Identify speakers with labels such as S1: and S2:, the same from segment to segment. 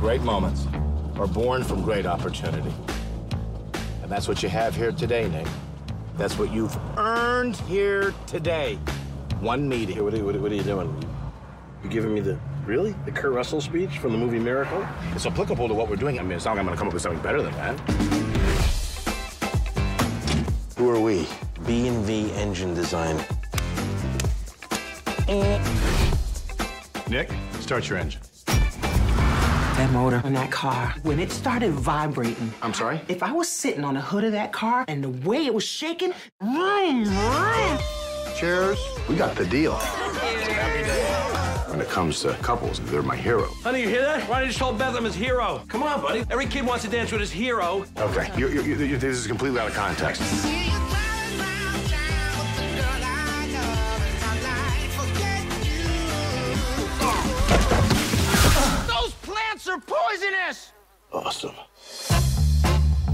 S1: Great moments are born from great opportunity. And that's what you have here today, Nick. That's what you've earned here today. One meeting.
S2: Hey, what are, you- what, are- what are you doing? You giving me the really the Kurt Russell speech from the movie Miracle?
S1: It's applicable to what we're doing. I mean, it's not like I'm going to come up with something better than that.
S2: Who are we? B and V Engine Design.
S1: Nick, start your engine.
S3: That motor on that car, when it started vibrating,
S1: I'm sorry?
S3: if I was sitting on the hood of that car and the way it was shaking, vroom, vroom.
S1: Cheers. We got the deal. When it comes to couples, they're my hero.
S4: Honey, you hear that? Ronnie just told Bethlehem his hero. Come on, buddy. Every kid wants to dance with his hero.
S1: Okay, you're, you're, you're, this is completely out of context.
S2: Awesome.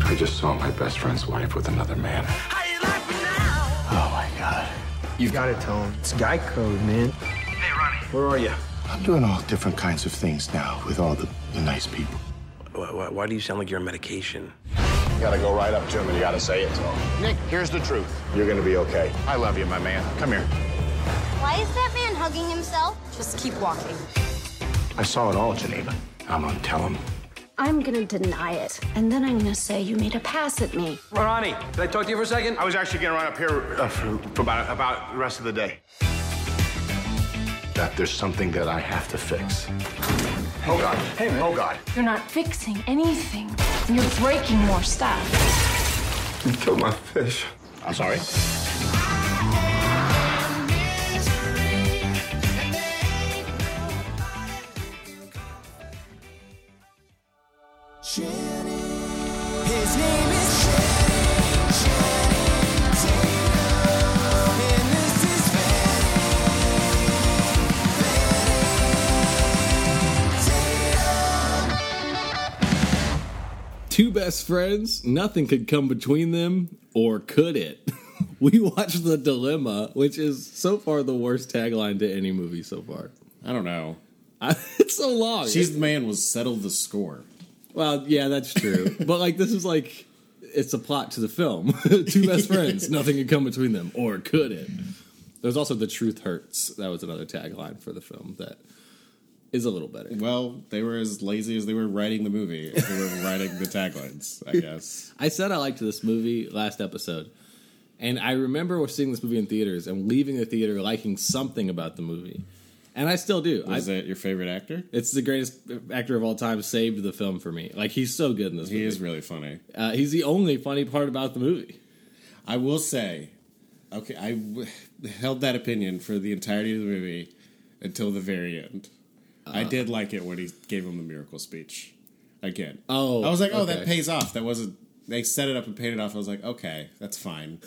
S1: I just saw my best friend's wife with another man. Oh my God.
S5: You gotta tell him. It's guy code, man.
S1: I'm doing all different kinds of things now with all the, the nice people.
S4: Why, why, why do you sound like you're on medication?
S1: You gotta go right up to him and you gotta say it to him. Nick, here's the truth. You're gonna be okay. I love you, my man. Come here.
S6: Why is that man hugging himself?
S7: Just keep walking.
S1: I saw it all, Geneva. I'm gonna tell him.
S8: I'm gonna deny it, and then I'm gonna say you made a pass at me.
S4: Ronnie, can I talk to you for a second?
S1: I was actually gonna run up here uh, for, for about, about the rest of the day. That there's something that I have to fix. Oh God. Hey, man. Oh God.
S7: You're not fixing anything. You're breaking more stuff.
S1: You killed my fish. I'm sorry.
S9: His name is Channing, Channing Tatum, and this is Fanning, Fanning Tatum.
S10: Two best friends, nothing could come between them, or could it? we watched The Dilemma, which is so far the worst tagline to any movie so far.
S11: I don't know.
S10: I, it's so long.
S11: She's the man was settle the score.
S10: well, yeah, that's true. but like, this is like, it's a plot to the film. Two best friends, nothing could come between them, or could it? There's also The Truth Hurts. That was another tagline for the film that is a little better.
S11: Well, they were as lazy as they were writing the movie. as They were writing the taglines, I guess.
S10: I said I liked this movie last episode, and I remember seeing this movie in theaters and leaving the theater liking something about the movie, and I still do. I,
S11: Was it your favorite actor?
S10: it's the greatest actor of all time. Saved the film for me. Like he's so good in this.
S11: He
S10: movie.
S11: is really funny.
S10: Uh, he's the only funny part about the movie.
S11: I will say, okay, I w- held that opinion for the entirety of the movie until the very end.
S10: Uh,
S11: I did like it when he gave him the miracle speech again.
S10: Oh,
S11: I was like, oh, that
S10: okay.
S11: pays off. That wasn't. They set it up and paid it off. I was like, okay, that's fine.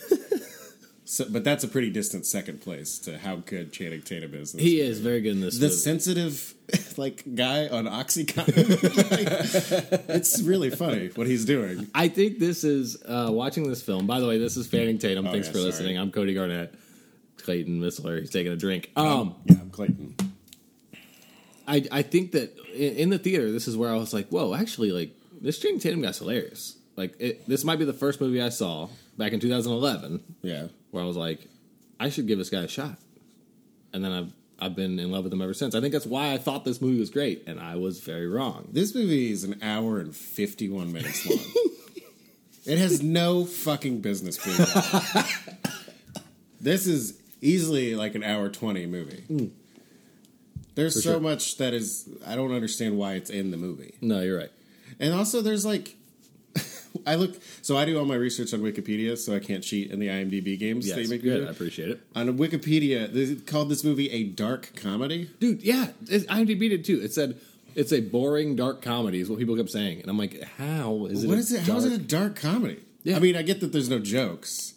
S11: so, but that's a pretty distant second place to how good Channing Tatum is. in this
S10: He is very good in this.
S11: the
S10: movie.
S11: sensitive like guy on OxyContin. Like, it's really funny what he's doing.
S10: I think this is uh, watching this film. By the way, this is Fanning Tatum.
S11: Oh,
S10: Thanks
S11: yeah,
S10: for
S11: sorry.
S10: listening. I'm Cody Garnett. Clayton Missler. He's taking a drink. Um,
S11: Yeah, I'm Clayton.
S10: I, I think that in, in the theater, this is where I was like, whoa, actually, like this Channing Tatum guy's hilarious. Like it, this might be the first movie I saw back in 2011
S11: Yeah.
S10: where I was like, I should give this guy a shot. And then I've I've been in love with him ever since. I think that's why I thought this movie was great, and I was very wrong.
S11: This movie is an hour and 51 minutes long. it has no fucking business being long. this is easily like an hour 20 movie. There's so
S10: Mm. sure.
S11: much that is I don't understand why it's in the movie.
S10: No, you're right.
S11: And also, there's like, I look. So I do all my research on Wikipedia, so I can't cheat in the IMDb games.
S10: Yes,
S11: they make me
S10: good.
S11: do.
S10: I appreciate it,
S11: on Wikipedia, they called this movie a dark comedy.
S10: dude. Yeah, it's, IMDb did too. It said it's a boring dark comedy is what people kept saying, and I'm like, how is it?
S11: what
S10: a
S11: is it? How is it a
S10: dark-
S11: dark comedy?
S10: Yeah.
S11: I mean, I get that there's no jokes,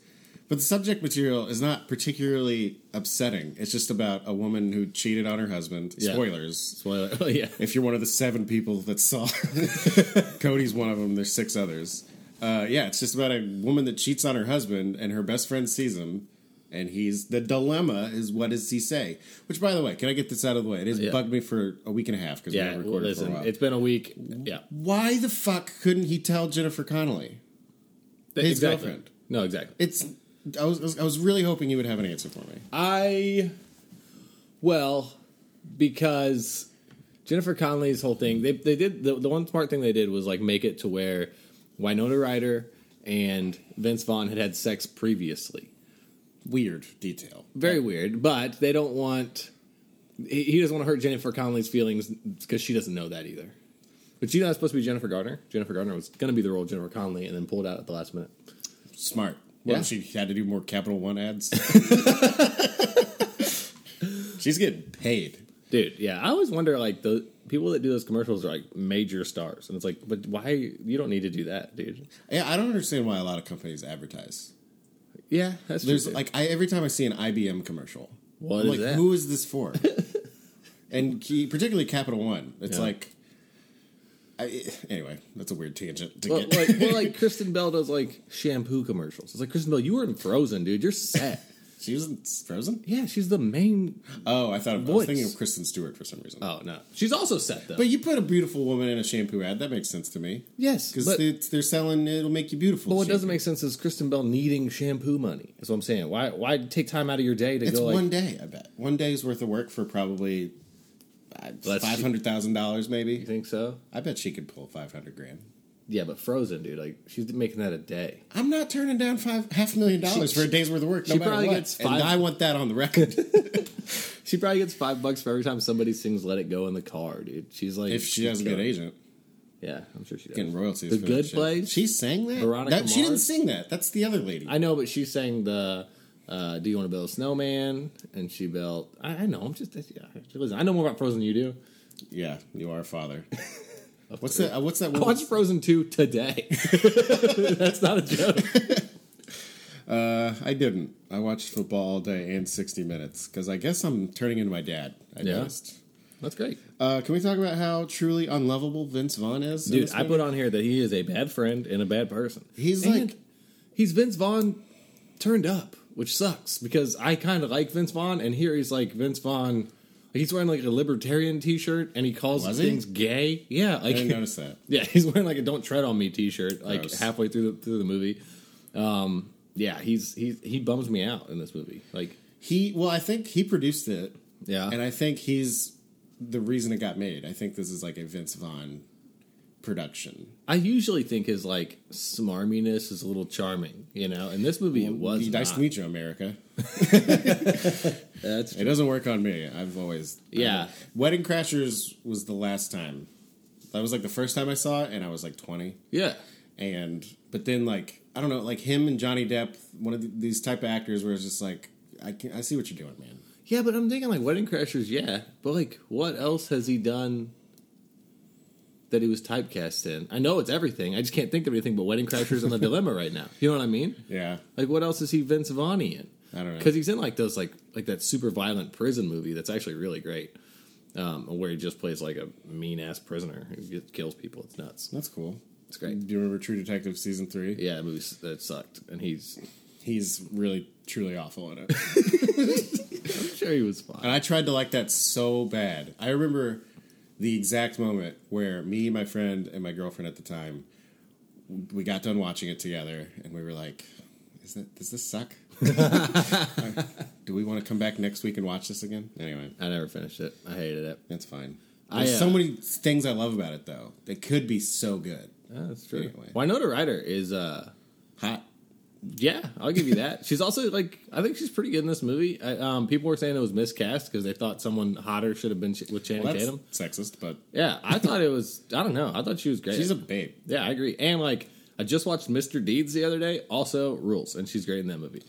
S11: but the subject material is not particularly upsetting. It's just about a woman who cheated on her husband.
S10: Yeah.
S11: Spoilers.
S10: Spoiler. Oh, yeah.
S11: If you're one of the seven people that saw, Cody's one of them. There's six others. Uh, yeah, it's just about a woman that cheats on her husband, and her best friend sees him, and he's the dilemma is what does he say? Which, by the way, can I get this out of the way? It has
S10: Yeah.
S11: bugged me for a week and a half because we
S10: Yeah,
S11: haven't recorded for a
S10: listen,
S11: while.
S10: it's been a week. Yeah,
S11: Why the fuck couldn't he tell Jennifer Connolly?
S10: Th-
S11: His girlfriend.
S10: No, exactly.
S11: It's I was- I was I was really hoping you would have an answer for me.
S10: I well because Jennifer Connelly's whole thing they they did the, the one smart thing they did was like make it to where Winona Ryder and Vince Vaughn had had sex previously.
S11: Weird detail.
S10: Very weird, but they don't want he, he doesn't want to hurt Jennifer Connelly's feelings because she doesn't know that either. But you know that's supposed to be Jennifer Gardner. Jennifer Gardner was going to be the role of Jennifer Connelly, and then pulled out at the last minute.
S11: Smart. Well,
S10: Yeah.
S11: she had to do more Capital One ads. She's getting paid.
S10: Dude, yeah, I always wonder like the people that do those commercials are like major stars, and it's like, but why you don't need to do that, dude?
S11: Yeah, I don't understand why a lot of companies advertise.
S10: Yeah, that's
S11: There's
S10: true, dude.
S11: like I every time I see an IBM commercial, I'm
S10: What is
S11: like,
S10: that?
S11: who is this for? and key, particularly Capital One. It's
S10: Yeah.
S11: like, I, anyway, that's a weird tangent to
S10: well,
S11: get.
S10: like, well, like Kristen Bell does like shampoo commercials. It's like Kristen Bell, you were in Frozen, dude. You're set.
S11: she was in Frozen.
S10: yeah, she's the main.
S11: Oh, I thought I was
S10: Voice.
S11: thinking of Kristen Stewart for some reason.
S10: Oh no, she's also set though.
S11: But you put a beautiful woman in a shampoo ad. That makes sense to me.
S10: yes,
S11: because
S10: but,
S11: they're selling it'll make you beautiful.
S10: but what doesn't
S11: shampoo.
S10: make sense is Kristen Bell needing shampoo money. That's what I'm saying. Why why take time out of your day to
S11: It's
S10: go like
S11: one day, I bet. One day's worth of work for probably uh,
S10: Well, that's-
S11: five hundred thousand dollars,
S10: You
S11: maybe.
S10: think so?
S11: I bet she could pull five hundred grand.
S10: Yeah, but Frozen, dude. Like she's making that a day.
S11: I'm not turning down five half a million dollars for a day's worth of work. No
S10: she
S11: matter
S10: probably
S11: what.
S10: gets
S11: and
S10: five-
S11: I want that on the record.
S10: She probably gets five bucks for every time somebody sings "Let It Go" in the car, dude. She's like,
S11: if she has a good agent,
S10: yeah, I'm sure she does.
S11: getting royalties.
S10: The
S11: for
S10: Good
S11: that
S10: Place?
S11: Shit. She sang that.
S10: Veronica
S11: That- she didn't
S10: Mars?
S11: sing that. That's the other lady.
S10: I know, but she sang the uh, "Do You Want to Build a Snowman" and she built. I, I know. I'm just. Yeah, listen, I know more about Frozen than you do.
S11: yeah, you are a father. what's that? uh, What's that?
S10: I
S11: One
S10: watched Frozen two today. That's not a joke.
S11: I didn't. I watched football all day and sixty minutes because I guess I'm turning into my dad. I
S10: Yeah.
S11: noticed.
S10: That's great,
S11: Uh, can we talk about how truly unlovable Vince Vaughn is? in
S10: dude.
S11: this
S10: I
S11: movie?
S10: put on here that he is a bad friend and a bad person.
S11: He's
S10: And
S11: like-
S10: he's Vince Vaughn turned up, which sucks because I kind of like Vince Vaughn, and here he's like Vince Vaughn. He's wearing like a libertarian T-shirt, and he calls
S11: Was he?
S10: things gay. Yeah,
S11: I
S10: like
S11: didn't notice that.
S10: Yeah, he's wearing like a "Don't Tread on Me" T-shirt, like
S11: Gross.
S10: halfway through the through the movie. Um, yeah, he's he he bums me out in this movie. Like,
S11: He well, I think he produced it,
S10: yeah,
S11: and I think he's the reason it got made. I think this is like a Vince Vaughn production.
S10: I usually think his like smarminess is a little charming, you know. In this movie, it was
S11: Be nice
S10: not.
S11: to meet you, America.
S10: That's
S11: It doesn't work on me. I've always
S10: Yeah.
S11: Wedding Crashers was the last time. That was like the first time I saw it, and I was like twenty.
S10: yeah,
S11: and but then like I don't know, like him and Johnny Depp, one of the, these type of actors where it's just like I can I see what you're doing, man.
S10: yeah. But I'm thinking like Wedding Crashers, yeah. But like, what else has he done? That he was typecast in. I know it's everything. I just can't think of anything but Wedding Crashers and The Dilemma right now. You know what I mean?
S11: Yeah,
S10: Like, what else is he Vince Vaughn in?
S11: I don't know.
S10: Because he's in like those like like that super violent prison movie that's actually really great, um, where he just plays like a mean ass prisoner who gets, kills people. It's nuts.
S11: that's cool.
S10: It's great.
S11: Do you remember True Detective season three?
S10: Yeah, that movie s- that sucked, and he's
S11: He's really truly awful in it,
S10: I'm sure he was fine.
S11: and I tried to like that so bad. I remember the exact moment where me, my friend, and my girlfriend at the time we got done watching it together, and we were like, "Is that does this suck?" Do we want to come back next week and watch this again? Anyway,
S10: I never finished it. I hated it.
S11: That's fine.
S10: I,
S11: There's so
S10: uh,
S11: many things I love about it, though. They could be so good.
S10: Yeah, Oh, that's true.
S11: Anyway.
S10: Winona Ryder is uh
S11: Hot.
S10: yeah, I'll give you that. she's also like I think she's pretty good in this movie. I, um, people were saying it was miscast because they thought someone hotter should have been sh- with Channing
S11: Well, that's
S10: Tatum.
S11: sexist, but
S10: Yeah, I thought it was. I don't know. I thought she was great.
S11: she's a babe.
S10: Yeah, I agree. And like, I just watched Mr. Deeds the other day. Also rules, and she's great in that movie.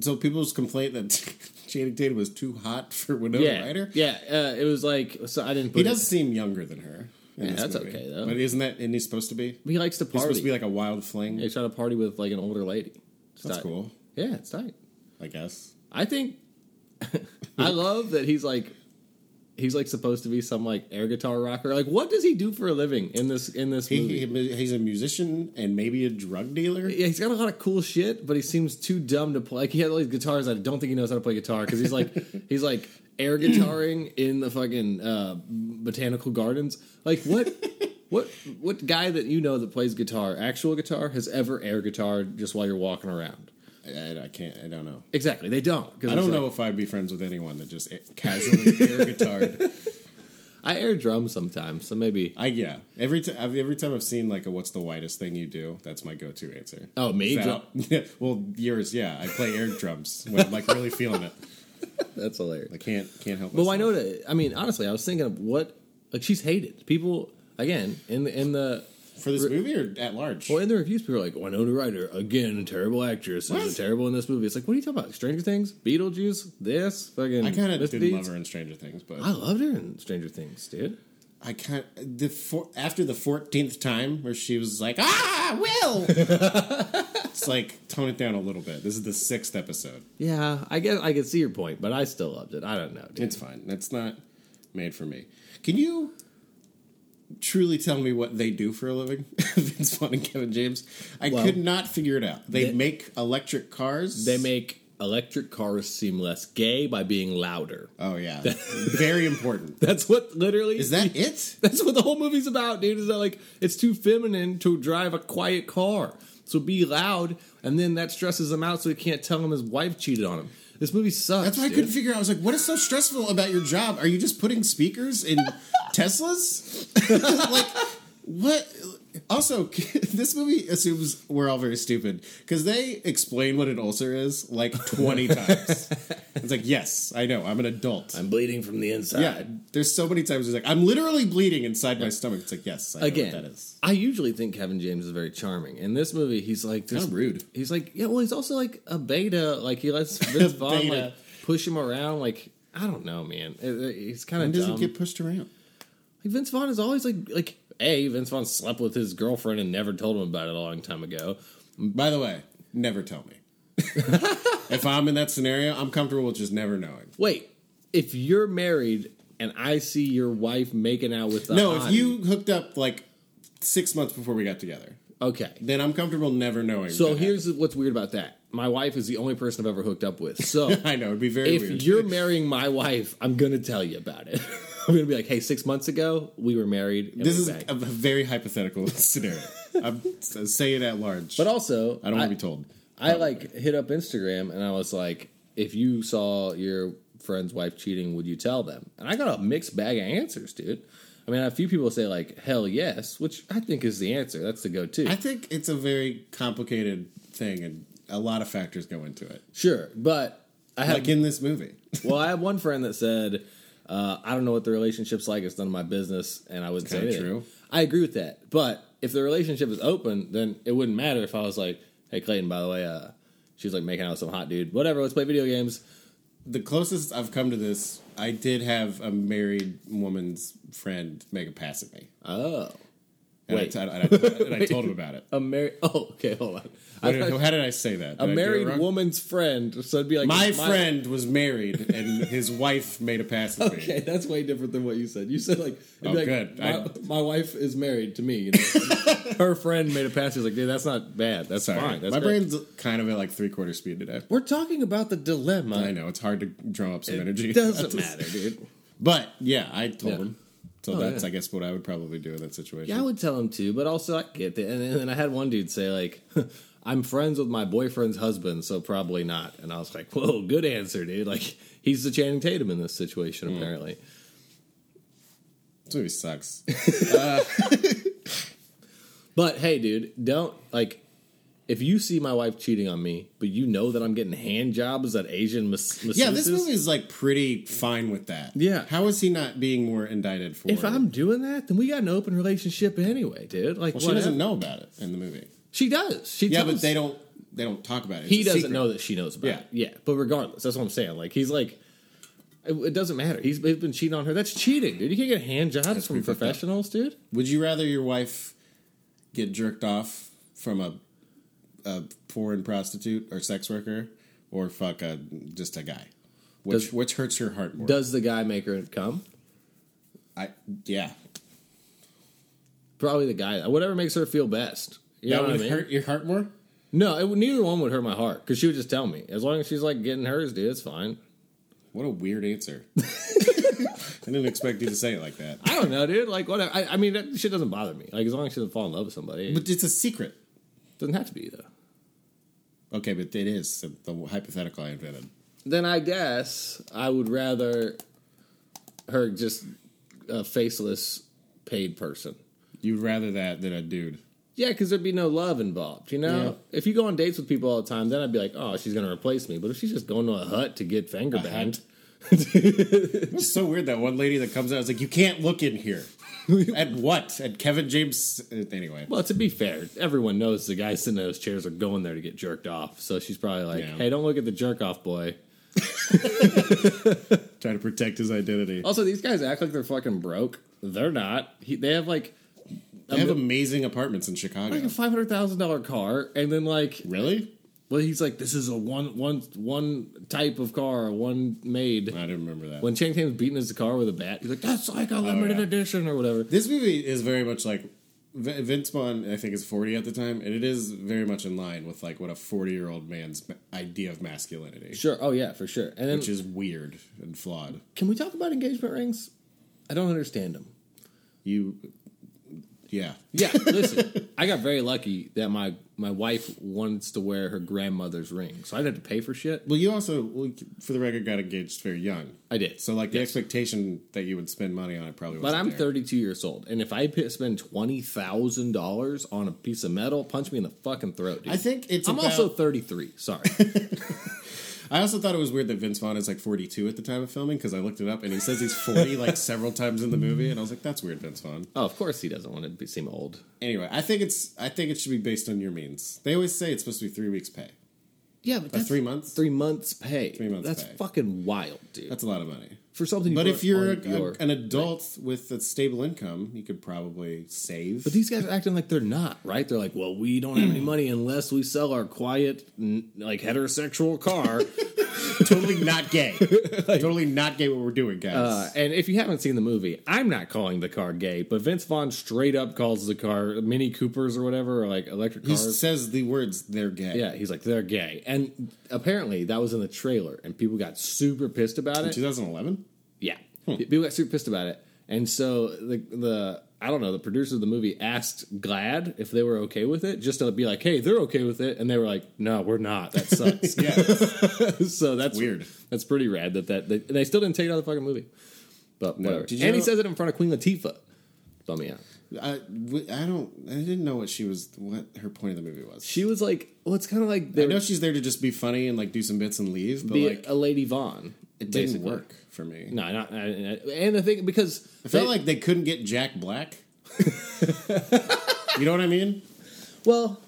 S11: So people's complaint that Channing Tatum was too hot for Winona
S10: yeah,
S11: Ryder.
S10: yeah. Uh, it was like so I didn't. Put
S11: He
S10: it-
S11: does seem younger than her. in
S10: Yeah,
S11: this
S10: that's okay, though.
S11: But isn't that and he's supposed to be?
S10: He likes to party.
S11: He's supposed to be like a wild fling.
S10: He's trying to party with like an older lady. It's
S11: that's
S10: tight.
S11: cool,
S10: Yeah, it's tight.
S11: I guess.
S10: I think I love that he's like he's like supposed to be some like air guitar rocker. Like, what does he do for a living in this in this movie?
S11: He, he- he's a musician and maybe a drug dealer.
S10: yeah, he's got a lot of cool shit, but he seems too dumb to play. Like he had all these guitars. I don't think he knows how to play guitar because he's like he's like air guitaring in the fucking uh, botanical gardens. Like what? What what guy that you know that plays guitar, actual guitar, has ever air guitar just while you're walking around?
S11: I, I can't. I don't know.
S10: Exactly, they don't. 'cause
S11: I
S10: it's
S11: don't
S10: like-
S11: know if I'd be friends with anyone that just casually air guitar.
S10: I air drum sometimes, so maybe.
S11: I yeah. Every time every time I've seen like a what's the whitest thing you do, that's my go to answer.
S10: Oh, me?
S11: So- well, yours. Yeah, I play air drums when I'm like really feeling it.
S10: That's hilarious.
S11: I can't can't help.
S10: But why
S11: myself.
S10: not? I mean, honestly, I was thinking of what like she's hated. People again in the in the
S11: for this movie or at large?
S10: well in the reviews, people are like Winona Ryder again, a terrible actress,
S11: What?
S10: is terrible in this movie. It's like, what are you talking about? Stranger Things, Beetlejuice, this fucking.
S11: I kind of
S10: Miss
S11: didn't
S10: Deeds?
S11: love her in Stranger Things, but
S10: I loved her in Stranger Things, dude.
S11: I kind the four, after the fourteenth time where she was like, "Ah, Will." it's like tone it down a little bit. This is the sixth episode.
S10: Yeah, I guess I could see your point, but I still loved it. I don't know. Dude.
S11: It's fine. That's not made for me. Can you truly tell me what they do for a living? Vince Vaughn and Kevin James. I
S10: Well,
S11: could not figure it out. They,
S10: they-
S11: make electric cars.
S10: They make electric cars seem less gay by being louder.
S11: Oh yeah, very important.
S10: That's what literally
S11: Is that it?
S10: That's what the whole movie's about, dude. Is that like it's too feminine to drive a quiet car, so be loud, and then that stresses him out, so he can't tell him his wife cheated on him. This movie sucks.
S11: That's why I
S10: dude.
S11: couldn't figure out. I was like, what is so stressful about your job? Are you just putting speakers in Teslas? like, what? Also, this movie assumes we're all very stupid because they explain what an ulcer is like 20 times. It's like, yes, I know, I'm an adult.
S10: I'm bleeding from the inside.
S11: yeah, there's so many times he's like, I'm literally bleeding inside my stomach. It's like, yes, I know
S10: Again,
S11: what that is.
S10: I usually think Kevin James is very charming. In this movie, he's like just
S11: Kinda rude.
S10: He's like, yeah, well, he's also like a beta. Like he lets Vince Vaughn
S11: Beta.
S10: like push him around. Like I don't know, man. It- it- He's kind
S11: When
S10: of
S11: does
S10: dumb.
S11: he get pushed around?
S10: Like Vince Vaughn is always like like a Vince Vaughn slept with his girlfriend and never told him about it a long time ago.
S11: By the way, never tell me. if I'm in that scenario, I'm comfortable with just never knowing.
S10: Wait, if you're married and I see your wife making out with the
S11: No, if
S10: hottie-
S11: you hooked up like six months before we got together,
S10: okay.
S11: then I'm comfortable never knowing.
S10: So
S11: that
S10: here's what's weird about that. My wife is the only person I've ever hooked up with. So
S11: happened. I know it'd be very
S10: if
S11: weird.
S10: you're marrying my wife, I'm gonna tell you about it. I'm gonna be like, hey, six months ago we were married. And
S11: this
S10: we
S11: is
S10: banged."
S11: a very hypothetical scenario. I'm s- saying it at large,
S10: but also
S11: I don't want to be told.
S10: I like hit up Instagram and I was like, if you saw your friend's wife cheating, would you tell them? And I got a mixed bag of answers, dude. I mean, a few people say like, hell yes, which I think is the answer. That's the go-to.
S11: I think it's a very complicated thing, and a lot of factors go into it.
S10: Sure, but I have
S11: Like in this movie,
S10: well, I have one friend that said, uh, "I don't know what the relationship's like. It's none of my business," and I wouldn't say
S11: Kinda
S10: anything.
S11: true.
S10: I agree with that, but if the relationship is open, then it wouldn't matter if I was like, "Hey, Clayton, by the way, uh, she's like making out with some hot dude. Whatever, let's play video games."
S11: the closest I've come to this, I did have a married woman's friend make a pass at me.
S10: Oh,
S11: And I
S10: Wait.
S11: t- and I, and I told him about it.
S10: a married. Oh, okay, hold on. I
S11: Wait,
S10: thought-
S11: how did I say that? Did
S10: a
S11: I do it
S10: married
S11: wrong?
S10: woman's friend, so it'd be like
S11: my friend was married and his wife made a pass at
S10: Okay,
S11: me.
S10: that's way different than what you said. You said like, it'd be
S11: Oh,
S10: like,
S11: good.
S10: My,
S11: I-
S10: my wife is married to me. You know? Her friend made a pass. He's like, dude, that's not bad. That's
S11: Sorry.
S10: fine. That's
S11: my
S10: great.
S11: brain's kind of at like three quarter speed today.
S10: We're talking about the dilemma.
S11: I know it's hard to drum up some energy.
S10: It doesn't matter, dude.
S11: But yeah, I told
S10: Yeah.
S11: him. So
S10: Oh,
S11: that's
S10: yeah.
S11: I guess what I would probably do in that situation.
S10: Yeah, I would tell him too, but also I get that. And then- and I had one dude say like, "I'm friends with my boyfriend's husband, so probably not." And I was like, "Whoa, good answer, dude! Like he's the Channing Tatum in this situation,
S11: Hmm.
S10: apparently."
S11: This movie sucks.
S10: But hey, dude, don't like if you see my wife cheating on me, but you know that I'm getting hand jobs at Asian mas- masseuses.
S11: yeah, this movie is like pretty fine with that.
S10: Yeah.
S11: How is he not being more indicted for
S10: If I'm doing that, then we got an open relationship anyway, dude. Like,
S11: Well she
S10: whatever.
S11: doesn't know about it in the movie.
S10: She does. She
S11: Yeah, but
S10: tells-
S11: they don't they don't talk about it. It's
S10: he
S11: a
S10: doesn't
S11: secret.
S10: know that she knows about
S11: Yeah.
S10: it. Yeah, but regardless, that's what I'm saying. Like he's like, it, it doesn't matter. He's, he's been cheating on her. That's cheating, dude. You can't get hand jobs
S11: That's
S10: from
S11: pretty fucked up.
S10: professionals, dude.
S11: Would you rather your wife get jerked off from a a foreign prostitute or sex worker, or fuck a just a guy? Which
S10: Does-
S11: which hurts your heart more?
S10: Does the guy make her come?
S11: I yeah.
S10: Probably the guy. Whatever makes her feel best. You know
S11: that
S10: what I
S11: would
S10: mean?
S11: hurt your heart more.
S10: No, it, neither one would hurt my heart because she would just tell me. As long as she's like getting hers, dude, it's fine.
S11: What a weird answer. I didn't expect you to say it like that.
S10: I don't know, dude. Like, whatever. I, I mean, that shit doesn't bother me. Like, as long as she doesn't fall in love with somebody, it
S11: But it's a secret.
S10: doesn't have to be though.
S11: Okay, but it is the hypothetical I invented.
S10: Then I guess I would rather her just a faceless paid person.
S11: You'd rather that than a dude.
S10: Yeah, because there'd be no love involved, you know. If you go on dates with people all the time, then I'd be like, "Oh, she's gonna replace me." But if she's just going to a hut to get finger banged,
S11: It's Uh-huh. so weird that one lady that comes out is like, "You can't look in here." At what? At Kevin James? uh, Anyway,
S10: Well, to be fair, everyone knows the guys sitting in those chairs are going there to get jerked off. So she's probably like,
S11: Yeah.
S10: "Hey, don't look at the jerk off boy."
S11: trying to protect his identity.
S10: Also, these guys act like they're fucking broke. They're not. He, they have like
S11: They
S10: Um,
S11: have amazing apartments in Chicago.
S10: like a five hundred thousand dollar car, and then like,
S11: really?
S10: well, he's like, "This is a one one one type of car, one made."
S11: I didn't remember that.
S10: When Chang Tatum's beating his car with a bat, he's like, "That's like a limited
S11: yeah.
S10: edition or whatever."
S11: This movie is very much like V- Vince Vaughn. I think is forty at the time, and it is very much in line with like what a forty-year-old man's ma- idea of masculinity,
S10: Sure. Oh yeah, for sure. And then
S11: which is weird and flawed.
S10: can we talk about engagement rings? I don't understand them.
S11: You, yeah,
S10: Yeah, listen, I got very lucky that my my wife wants to wear her grandmother's ring, so I didn't have to pay for shit.
S11: Well, you also, well, for the record, got engaged very young.
S10: I did.
S11: So, like, the expectation that you would spend money on it probably
S10: But
S11: wasn't
S10: I'm
S11: there.
S10: 32 years old, and if I p- spend twenty thousand dollars on a piece of metal, punch me in the fucking throat, dude.
S11: I think it's.
S10: I'm
S11: about-
S10: also 33. Sorry,
S11: I also thought it was weird that Vince Vaughn is like 42 at the time of filming because I looked it up and he says he's 40 like several times in the movie, and I was like, that's weird, Vince Vaughn.
S10: oh, of course he doesn't want to be, seem old.
S11: Anyway, I think it's. I think it should be based on your means. They always say it's supposed to be three weeks' pay.
S10: Yeah, but
S11: Or three months.
S10: three months pay. Three
S11: months
S10: That's
S11: pay.
S10: fucking wild, dude.
S11: That's a lot of money.
S10: for something. You
S11: But
S10: put
S11: if you're
S10: on
S11: a,
S10: your-
S11: an adult with a stable income, you could probably save.
S10: But these guys are acting like they're not, right? They're like, well, we don't have any money unless we sell our quiet, n- like heterosexual car.
S11: totally not gay. totally not gay. What we're doing, guys.
S10: Uh, and if you haven't seen the movie, I'm not calling the car gay, but Vince Vaughn straight up calls the car Mini Coopers or whatever, or like electric
S11: He
S10: cars.
S11: says the words "they're gay."
S10: yeah, he's like, they're gay. And apparently that was in the trailer, and people got super pissed about it.
S11: 2011.
S10: Yeah. People got super pissed about it. And so the the I don't know, the producer of the movie asked Glad if they were okay with it, just to be like, hey, they're okay with it. And they were like, no, we're not. That sucks.
S11: Yeah,
S10: so that's
S11: weird.
S10: That's pretty rad that that they, and they still didn't take it out of the fucking movie. But whatever.
S11: Did
S10: And
S11: you
S10: he
S11: know-
S10: says it in front of Queen Latifah. Bum me out.
S11: I, w- I don't. I didn't know what she was. What her point of the movie was.
S10: She was like, well, it's kind of like
S11: I
S10: they
S11: know
S10: were
S11: she's there to just be funny and like do some bits and leave, but
S10: be
S11: like
S10: a Lady Vaughn.
S11: it didn't
S10: basically.
S11: work for me.
S10: No, not I- I- and the thing because
S11: I felt like they couldn't get Jack Black. you know what I mean?
S10: well,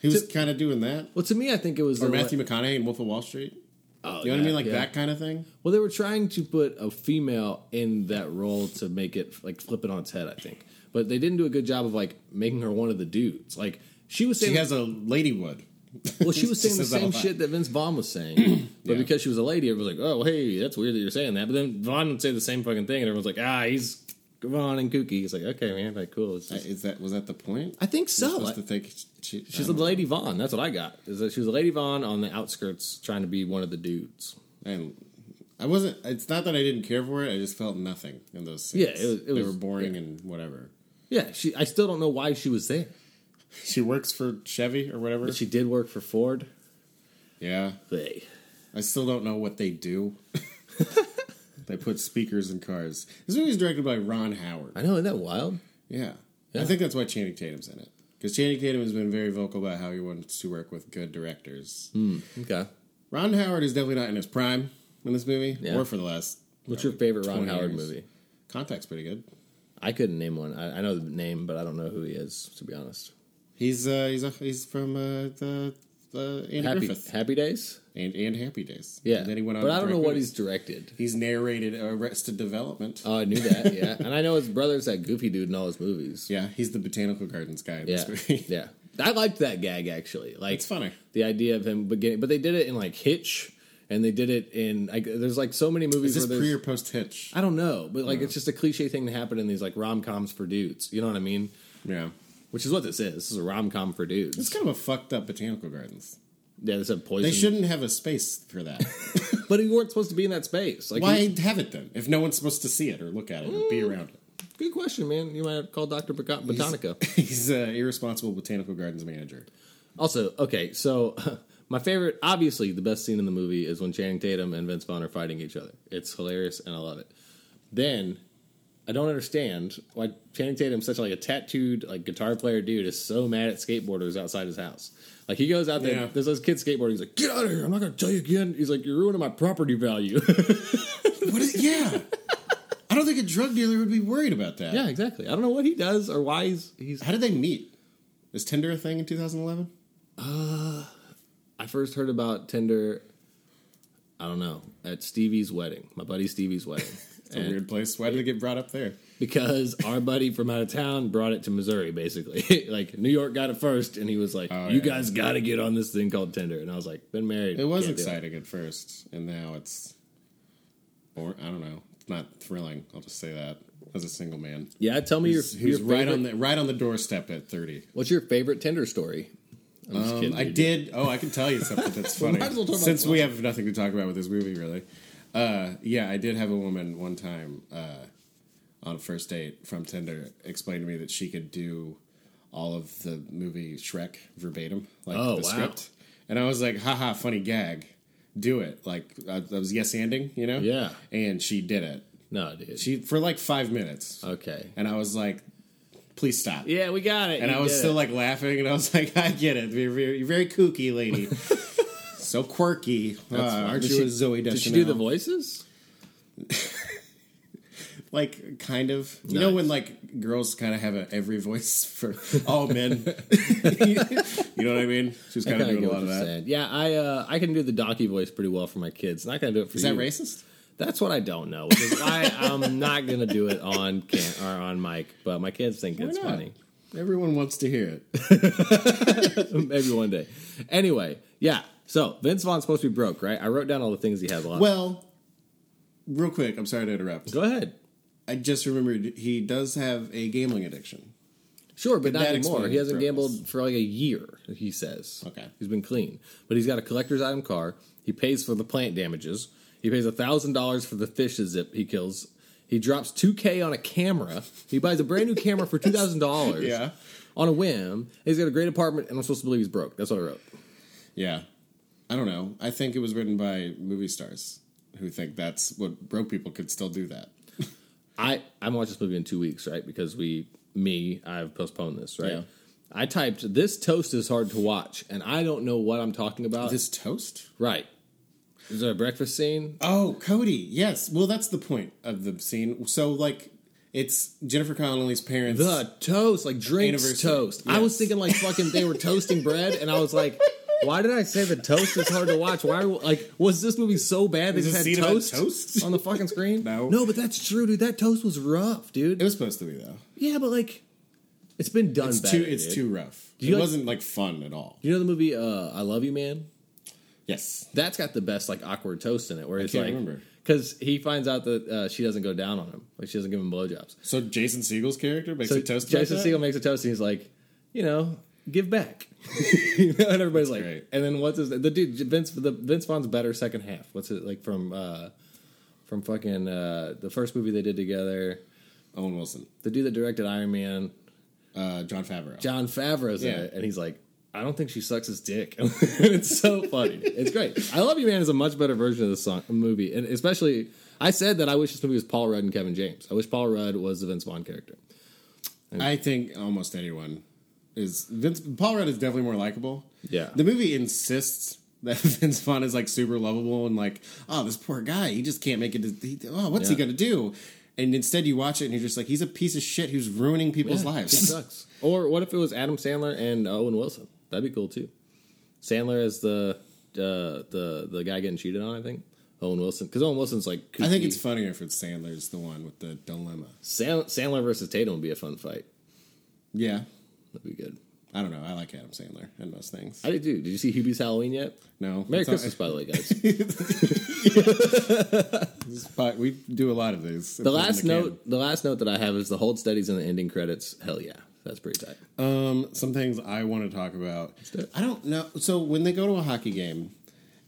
S11: He was kind of doing that,
S10: well to me, I think it was
S11: or
S10: the-
S11: Matthew McConaughey in Wolf of Wall Street.
S10: Oh,
S11: You know what I
S10: yeah,
S11: mean? Like
S10: yeah.
S11: that kind of thing.
S10: Well, they were trying to put a female in that role to make it like flip it on its head, I think. But they didn't do a good job of like making her one of the dudes. Like she was saying,
S11: She has a Ladywood.
S10: well, she was
S11: she
S10: saying the
S11: says that all
S10: same
S11: the time.
S10: shit that Vince Vaughn was saying, but because she was a lady, it was like, oh, hey, that's weird that you're saying that. But then Vaughn would say the same fucking thing, and everyone's like, ah, he's Vaughn and kooky. He's like, okay, man, like cool. It's just-
S11: Uh, Is that was that the point?
S10: I think
S11: You're
S10: so.
S11: supposed to
S10: I-
S11: think she, um, I
S10: She's a
S11: don't know.
S10: lady Vaughn. That's what I got. Is that she was a lady Vaughn on the outskirts, trying to be one of the dudes.
S11: I, I wasn't. It's not that I didn't care for it. I just felt nothing in those scenes.
S10: Yeah, it was- it
S11: they
S10: was-
S11: were boring and whatever.
S10: Yeah, she. I still don't know why she was there.
S11: She works for Chevy or whatever.
S10: But she did work for Ford.
S11: yeah,
S10: They.
S11: I still don't know what they do. they put speakers in cars. This movie is directed by Ron Howard.
S10: I know, isn't that wild?
S11: Yeah,
S10: Yeah.
S11: I think that's why Channing Tatum's in it because Channing Tatum has been very vocal about how he wants to work with good directors.
S10: Hmm. Okay.
S11: Ron Howard is definitely not in his prime in this movie,
S10: Yeah.
S11: or for the last.
S10: What's your favorite Ron
S11: 20
S10: Howard
S11: years.
S10: movie?
S11: Contact's pretty good.
S10: I couldn't name one. I, I know the name, but I don't know who he is, to be honest.
S11: He's uh, he's uh, he's from uh, the the Andy
S10: Happy
S11: Griffith
S10: Happy Days?
S11: and and Happy Days.
S10: Yeah.
S11: And then he went on.
S10: but
S11: to
S10: I don't know
S11: direct
S10: what
S11: movies.
S10: he's directed.
S11: He's narrated Arrested Development.
S10: Oh, I knew that, yeah. and I know his brother's that goofy dude in all his movies.
S11: yeah, he's the botanical gardens guy in
S10: Yeah.
S11: this movie.
S10: yeah. I liked that gag, actually. Like,
S11: It's funny.
S10: The idea of him beginning, but they did it in like Hitch and they did it in. I, there's like so many movies.
S11: Is this
S10: where
S11: pre
S10: there's-
S11: or post Hitch?
S10: I don't know, but like it's just a cliche thing to happen in these like rom coms for dudes. You know what I mean?
S11: Yeah.
S10: Which is what this is. This is a rom com for dudes.
S11: It's kind of a fucked up botanical gardens.
S10: yeah, they said poison.
S11: They shouldn't have a space for that.
S10: but you weren't supposed to be in that space. Like,
S11: Why
S10: you-
S11: have it then? If no one's supposed to see it or look at it or be around it.
S10: good question, man. You might have called Doctor Bot- Botanica.
S11: He's an irresponsible botanical gardens manager.
S10: Also, okay, so my favorite, obviously, the best scene in the movie is when Channing Tatum and Vince Vaughn are fighting each other. It's hilarious, and I love it. Then I don't understand why Channing Tatum, such like a tattooed like guitar player dude, is so mad at skateboarders outside his house. Like he goes out there,
S11: Yeah.
S10: there's those kids skateboarding. He's like, "Get out of here! I'm not gonna tell you again." He's like, "You're ruining my property value."
S11: What is, yeah. I don't think a drug dealer would be worried about that.
S10: yeah, exactly. I don't know what he does or why he's he's.
S11: How did they meet? Is Tinder a thing in 2011?
S10: I first heard about Tinder. I don't know at Stevie's wedding, my buddy Stevie's wedding.
S11: It's
S10: Eh.
S11: a weird place. Why did it get brought up there?
S10: because our buddy from out of town brought it to Missouri, basically. like New York got it first, and he was like,
S11: Oh,
S10: "You
S11: yeah.
S10: guys got to get on this thing called Tinder." And I was like, "Been married."
S11: It was
S10: can't do
S11: exciting at first, and now it's, or I don't know, it's not thrilling. I'll just say that as a single man
S10: Yeah, tell me your,
S11: who's
S10: your
S11: right on
S10: favorite-
S11: the right on the doorstep at thirty.
S10: What's your favorite Tinder story? I'm just
S11: Um,
S10: kidding.
S11: I
S10: dude.
S11: did. Oh, I can tell you something that's funny.
S10: might as well talk about
S11: Since we
S10: Flash.
S11: have nothing to talk about with this movie, really. Uh, yeah, I did have a woman one time uh, on a first date from Tinder explain to me that she could do all of the movie Shrek verbatim, like
S10: Oh,
S11: the
S10: wow.
S11: script. And I was like, haha, funny gag. Do it. Like, I, I was yes anding, you know?
S10: Yeah.
S11: And she did it.
S10: No, dude.
S11: She, for like five minutes.
S10: okay.
S11: And I was like, please stop.
S10: Yeah, we got it.
S11: And
S10: You
S11: I was
S10: did
S11: still
S10: it.
S11: like laughing, and I was like, I get it. You're very, you're very kooky, lady. so quirky.
S10: That's
S11: Uh,
S10: fine.
S11: aren't
S10: Did
S11: you
S10: she-
S11: a Zoe Deschanel?
S10: Did she do the voices?
S11: Like, kind of. You know when like girls kind of have a every voice for all men. you know what I mean? She was kind of
S10: kinda
S11: doing
S10: get
S11: a lot
S10: what
S11: of
S10: you're
S11: that. Is
S10: saying. Yeah, I uh, I can do the donkey voice pretty well for my kids. Not gonna do it for
S11: that
S10: you.
S11: racist?
S10: That's what I don't know. which is why I'm not gonna do it on can or on mic, but my kids think it's
S11: not?
S10: funny.
S11: Everyone wants to hear it.
S10: Maybe one day. Anyway, yeah. So Vince Vaughn's supposed to be broke, right? I wrote down all the things he has lost.
S11: Well, real quick, I'm sorry to interrupt.
S10: go ahead.
S11: I just remembered he does have a gambling addiction.
S10: Sure,
S11: But
S10: but not
S11: that
S10: anymore.
S11: explains
S10: He hasn't
S11: the purpose.
S10: gambled for like a year, he says.
S11: Okay.
S10: He's been clean. But he's got a collector's item car. He pays for the plant damages. He pays $1,000 for the fish zip he kills. He drops 2K on a camera. He buys a brand new camera for $2,000
S11: Yeah.
S10: on a whim. He's got a great apartment, and I'm supposed to believe he's broke. That's what I wrote.
S11: Yeah. I don't know. I think it was written by movie stars who think that's what broke people could still do that.
S10: I I'm watching this movie in two weeks, right? Because we, me, I've postponed this, right?
S11: Yeah.
S10: I typed this toast is hard to watch, and I don't know what I'm talking about.
S11: This toast?
S10: right? Is there a breakfast scene?
S11: Oh, Cody. Yes. Well, that's the point of the scene. So, like, it's Jennifer Connelly's parents.
S10: The toast, like drinks
S11: Anniversary.
S10: toast. I was
S11: Yes.
S10: thinking like fucking they were toasting bread, and I was like. Why did I say the toast is hard to watch? Why, like, was this movie so bad they
S11: Is
S10: just
S11: this
S10: had
S11: scene about
S10: toast,
S11: toast?
S10: on the fucking screen?
S11: No.
S10: no, but that's true, dude. That toast was rough, dude.
S11: It was supposed to be though.
S10: yeah, but like, it's been done.
S11: It's too.
S10: better,
S11: It's
S10: dude.
S11: too rough.
S10: you
S11: it
S10: like-
S11: wasn't like fun at all.
S10: You know the movie uh, "I Love You, Man"?
S11: Yes.
S10: that's got the best like awkward toast in it, where it's
S11: can't
S10: like
S11: remember.
S10: because he finds out that uh, she doesn't go down on him, like she doesn't give him blowjobs.
S11: So Jason Siegel's character makes
S10: So
S11: a toast.
S10: Jason
S11: about that?
S10: Segel makes a toast, and he's like, you know, give back. you know, and everybody's like,
S11: great.
S10: and then what's his the dude Vince the Vince Vaughn's better second half. What's it like from uh from fucking uh the first movie they did together?
S11: Owen Wilson,
S10: The dude that directed Iron Man,
S11: uh, John Favreau.
S10: John Favreau's in
S11: Yeah.
S10: it, and he's like, I don't think she sucks his dick. it's so funny. It's great. I Love You Man is a much better version of the song movie, and especially I said that I wish this movie was Paul Rudd and Kevin James. I wish Paul Rudd was the Vince Vaughn character.
S11: I think almost anyone is Vince. Paul Rudd is definitely more likable.
S10: Yeah.
S11: the movie insists that Vince Vaughn is like super lovable and like, oh, this poor guy, he just can't make it. To, he, oh, what's he
S10: Yeah.
S11: gonna do? And instead, you watch it and you're just like, he's a piece of shit who's ruining people's
S10: Yeah, He
S11: lives.
S10: sucks. Or what if it was Adam Sandler and uh, Owen Wilson? That'd be cool too. Sandler as the uh, the the guy getting cheated on, I think. Owen Wilson, because Owen Wilson's like
S11: I think
S10: kooky.
S11: it's funnier if it's Sandler's the one with the dilemma.
S10: Sand- Sandler versus Tatum would be a fun fight.
S11: Yeah,
S10: That'd be good.
S11: I don't know. I like Adam Sandler and most things.
S10: I did too. Did you see Hubie's Halloween yet?
S11: No.
S10: Merry
S11: It's all-
S10: Christmas, by the way, guys.
S11: This pod- we do a lot of these.
S10: The last note, the last note that I have is the hold steadies in the ending credits. Hell yeah, that's pretty tight.
S11: Um, some things I want to talk about. I don't know. So when they go to a hockey game,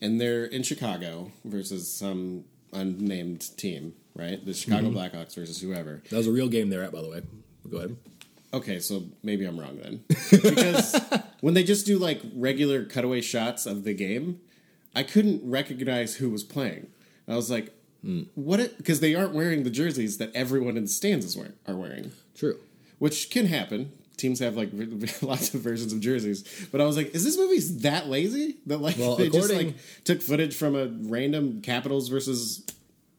S11: and they're in Chicago versus some unnamed team, right? The Chicago Blackhawks versus whoever.
S10: That was a real game they're at, by the way. Go ahead.
S11: Okay, so maybe I'm wrong then. because when they just do like regular cutaway shots of the game, I couldn't recognize who was playing. I was like, what it because they aren't wearing the jerseys that everyone in the stands is wearing, are wearing,
S10: True.
S11: which can happen. Teams have like lots of versions of jerseys, but I was like, is this movie that lazy that like
S10: Well,
S11: they just
S10: according-
S11: like took footage from a random Capitals versus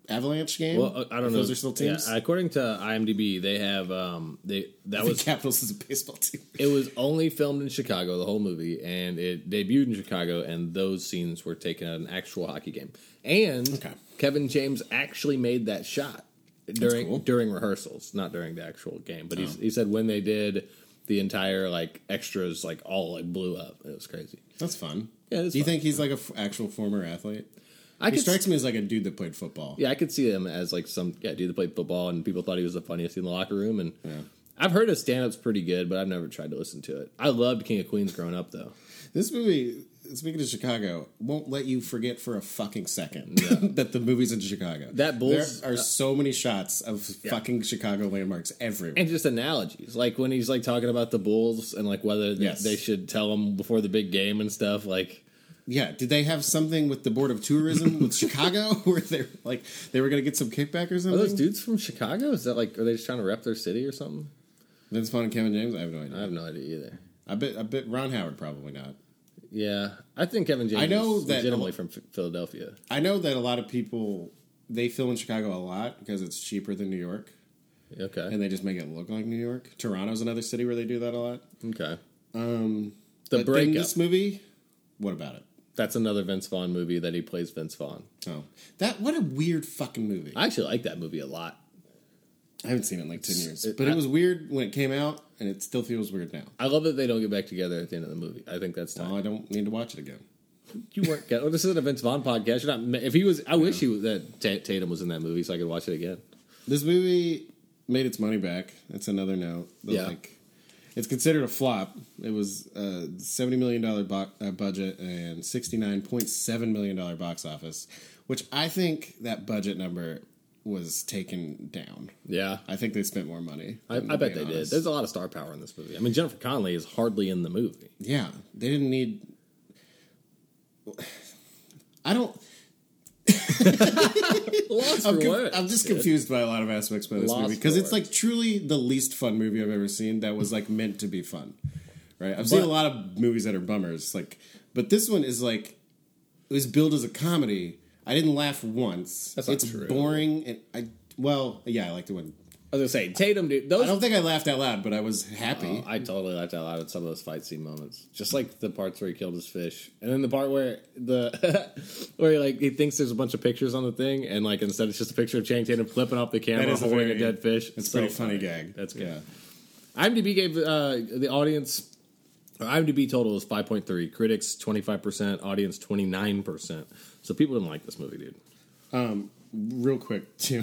S11: Avalanche game?
S10: Well, uh, I don't
S11: If
S10: know.
S11: Those are still teams.
S10: Yeah, according to IMDb, they have um they that
S11: I think
S10: was
S11: Capitals is a baseball team.
S10: it was only filmed in Chicago the whole movie and it debuted in Chicago and those scenes were taken at an actual hockey game. And
S11: Okay.
S10: Kevin James actually made that shot during
S11: cool. Oh.
S10: during rehearsals, not during the actual game. But he's he said when they did the entire like extras like all like blew up. It was crazy.
S11: That's fun.
S10: Yeah, it's
S11: Do you
S10: fun.
S11: think he's like an f- actual former athlete?
S10: I
S11: he
S10: could
S11: strikes me as like a dude that played football.
S10: Yeah, I could see him as like some yeah dude that played football, and people thought he was the funniest in the locker room. And I've heard his stand up's pretty good, but I've never tried to listen to it. I loved King of Queens growing up, though.
S11: This movie, speaking of Chicago, won't let you forget for a fucking second that the movie's in Chicago.
S10: That Bulls- uh,
S11: There are so many shots of fucking Chicago landmarks everywhere.
S10: And just analogies, like when he's like talking about the Bulls and like whether th-
S11: Yes.
S10: they should tell them before the big game and stuff. Like,
S11: yeah, did they have something with the board of tourism with Chicago where they're like they were gonna get some kickback or
S10: are those
S11: something?
S10: dudes from Chicago? Is that like are they just trying to rep their city or something?
S11: Vince Vaughn and Kevin James. I have no
S10: I
S11: idea.
S10: have no idea either.
S11: I bet. I bet Ron Howard probably not.
S10: Yeah, I think Kevin James.
S11: I know
S10: is
S11: that-
S10: legitimately from Ph- Philadelphia.
S11: I know that a lot of people they film in Chicago a lot because it's cheaper than New York.
S10: Okay,
S11: and they just make it look like New York. Toronto's another city where they do that a lot.
S10: okay.
S11: Um,
S10: The
S11: but
S10: breakup.
S11: in this movie, what about it?
S10: That's another Vince Vaughn movie that he plays Vince Vaughn.
S11: Oh, that what a weird fucking movie. I,
S10: I actually like that movie a lot.
S11: haven't seen it in like ten years,
S10: it-
S11: but it
S10: I-
S11: was weird when it came out, and it still feels weird now.
S10: I love that they don't get back together at the end of the movie. I think that's time.
S11: Well, I don't need to watch it again.
S10: you weren't. Get, oh, this isn't a Vince Vaughn podcast. You're not. If he was, I wish he was, that Ta- Tatum was in that movie so I could watch it again.
S11: This movie made its money back. That's another note. But
S10: Yeah.
S11: Like, it's considered a flop. It was a seventy million dollar bo- uh, budget and sixty nine point seven million dollar box office, which I think that budget number was taken down.
S10: Yeah,
S11: I think they spent more money.
S10: I, I bet they did. There's a lot of star power in this movie. I mean, Jennifer Connelly is hardly in the movie.
S11: yeah, they didn't need. I don't.
S10: Lost
S11: I'm,
S10: for
S11: con-
S10: words.
S11: I'm just confused by a lot of aspects by this
S10: Lost
S11: movie because
S10: for
S11: it's like truly the least fun movie I've ever seen that was like meant to be fun. Right? I've seen a
S10: But-
S11: lot of movies that are bummers, like, but this one is like it was billed as a comedy. I didn't laugh once.
S10: That's not
S11: it's
S10: true.
S11: boring, and I well, yeah, I liked it when
S10: I was gonna say Tatum, dude.
S11: I
S10: Those. Oh,
S11: don't think I laughed out loud, but I was happy.
S10: I totally laughed out loud at some of those fight scene moments, just like the parts where he killed his fish, and then the part where the where he like he thinks there's a bunch of pictures on the thing, and like instead it's just a picture of Channing Tatum flipping off the camera
S11: is a
S10: holding a
S11: very-
S10: dead fish.
S11: it's
S10: So
S11: pretty funny, gag.
S10: That's good.
S11: Yeah.
S10: IMDb gave uh, the audience. Or IMDb total is 5.3. Critics 25%, audience 29%. So people didn't like this movie, dude.
S11: real quick too.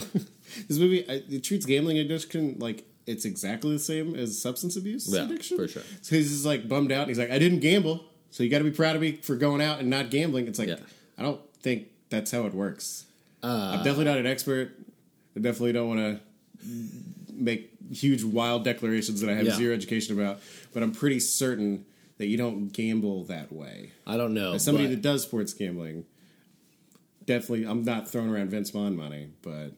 S11: this movie I, it treats gambling addiction like it's exactly the same as substance abuse
S10: Yeah,
S11: addiction.
S10: for sure.
S11: So he's just like bummed out. And he's like, I didn't gamble, so you got to be proud of me for going out and not gambling. It's like
S10: Yeah.
S11: I don't think that's how it works.
S10: Uh,
S11: I'm definitely not an expert. I definitely don't want to make huge wild declarations that I have
S10: Yeah.
S11: zero education about. But I'm pretty certain that you don't gamble that way.
S10: I don't know.
S11: As somebody
S10: Oh,
S11: that
S10: but-
S11: does sports gambling, definitely, I'm not throwing around Vince Vaughn money, but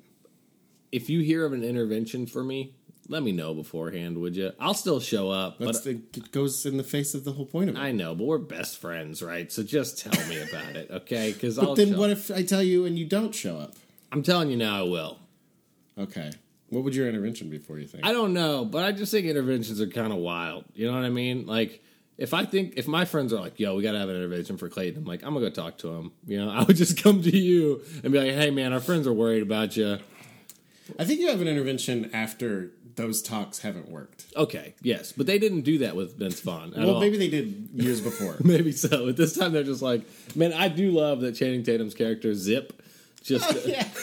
S10: if you hear of an intervention for me, let me know beforehand, would you? I'll still show up.
S11: that's
S10: but
S11: the, it goes in the face of the whole point of it.
S10: I know, but we're best friends, right? So just tell me about it, okay? Because
S11: but
S10: I'll.
S11: then
S10: show-
S11: what if I tell you and you don't show up?
S10: I'm telling you now, I will.
S11: Okay. What would your intervention be for, you think?
S10: I don't know, but I just think interventions are kind of wild. You know what I mean? Like, if I think if my friends are like, "Yo, we gotta have an intervention for Clayton," I'm like, "I'm gonna go talk to him." You know, I would just come to you and be like, "Hey, man, our friends are worried about you."
S11: I think you have an intervention after those talks haven't worked.
S10: Okay, yes, but they didn't do that with Vince Vaughn. At
S11: well,
S10: all.
S11: maybe they did years before.
S10: Maybe so. At this time, they're just like, man, I do love that Channing Tatum's character Zip. Just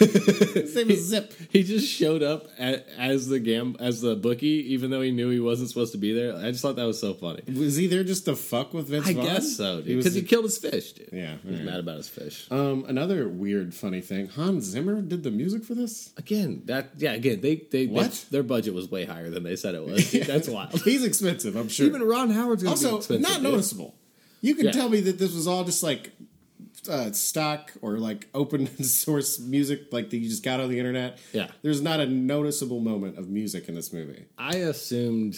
S11: Same as Zip.
S10: he just showed up at, as the gam as the bookie, even though he knew he wasn't supposed to be there. I just thought that was so funny.
S11: Was he there just to fuck with Vince
S10: I
S11: Vaughn?
S10: guess so,
S11: He
S10: dude,
S11: was
S10: because he,
S11: the-
S10: killed his fish, dude.
S11: Yeah,
S10: he was
S11: alright.
S10: mad about his fish.
S11: Um, another weird, funny thing. Hans Zimmer did the music for this.
S10: Again, that yeah, again, they they
S11: What?
S10: they- their budget was way higher than they said it was. dude. That's wild.
S11: He's expensive, I'm sure.
S10: Even Ron Howard's gonna be
S11: also
S10: expensive,
S11: not
S10: dude.
S11: noticeable. You can
S10: Yeah.
S11: tell me that this was all just like uh, stock or like open source music, like that you just got on the internet.
S10: Yeah.
S11: there's not a noticeable moment of music in this movie,
S10: I assumed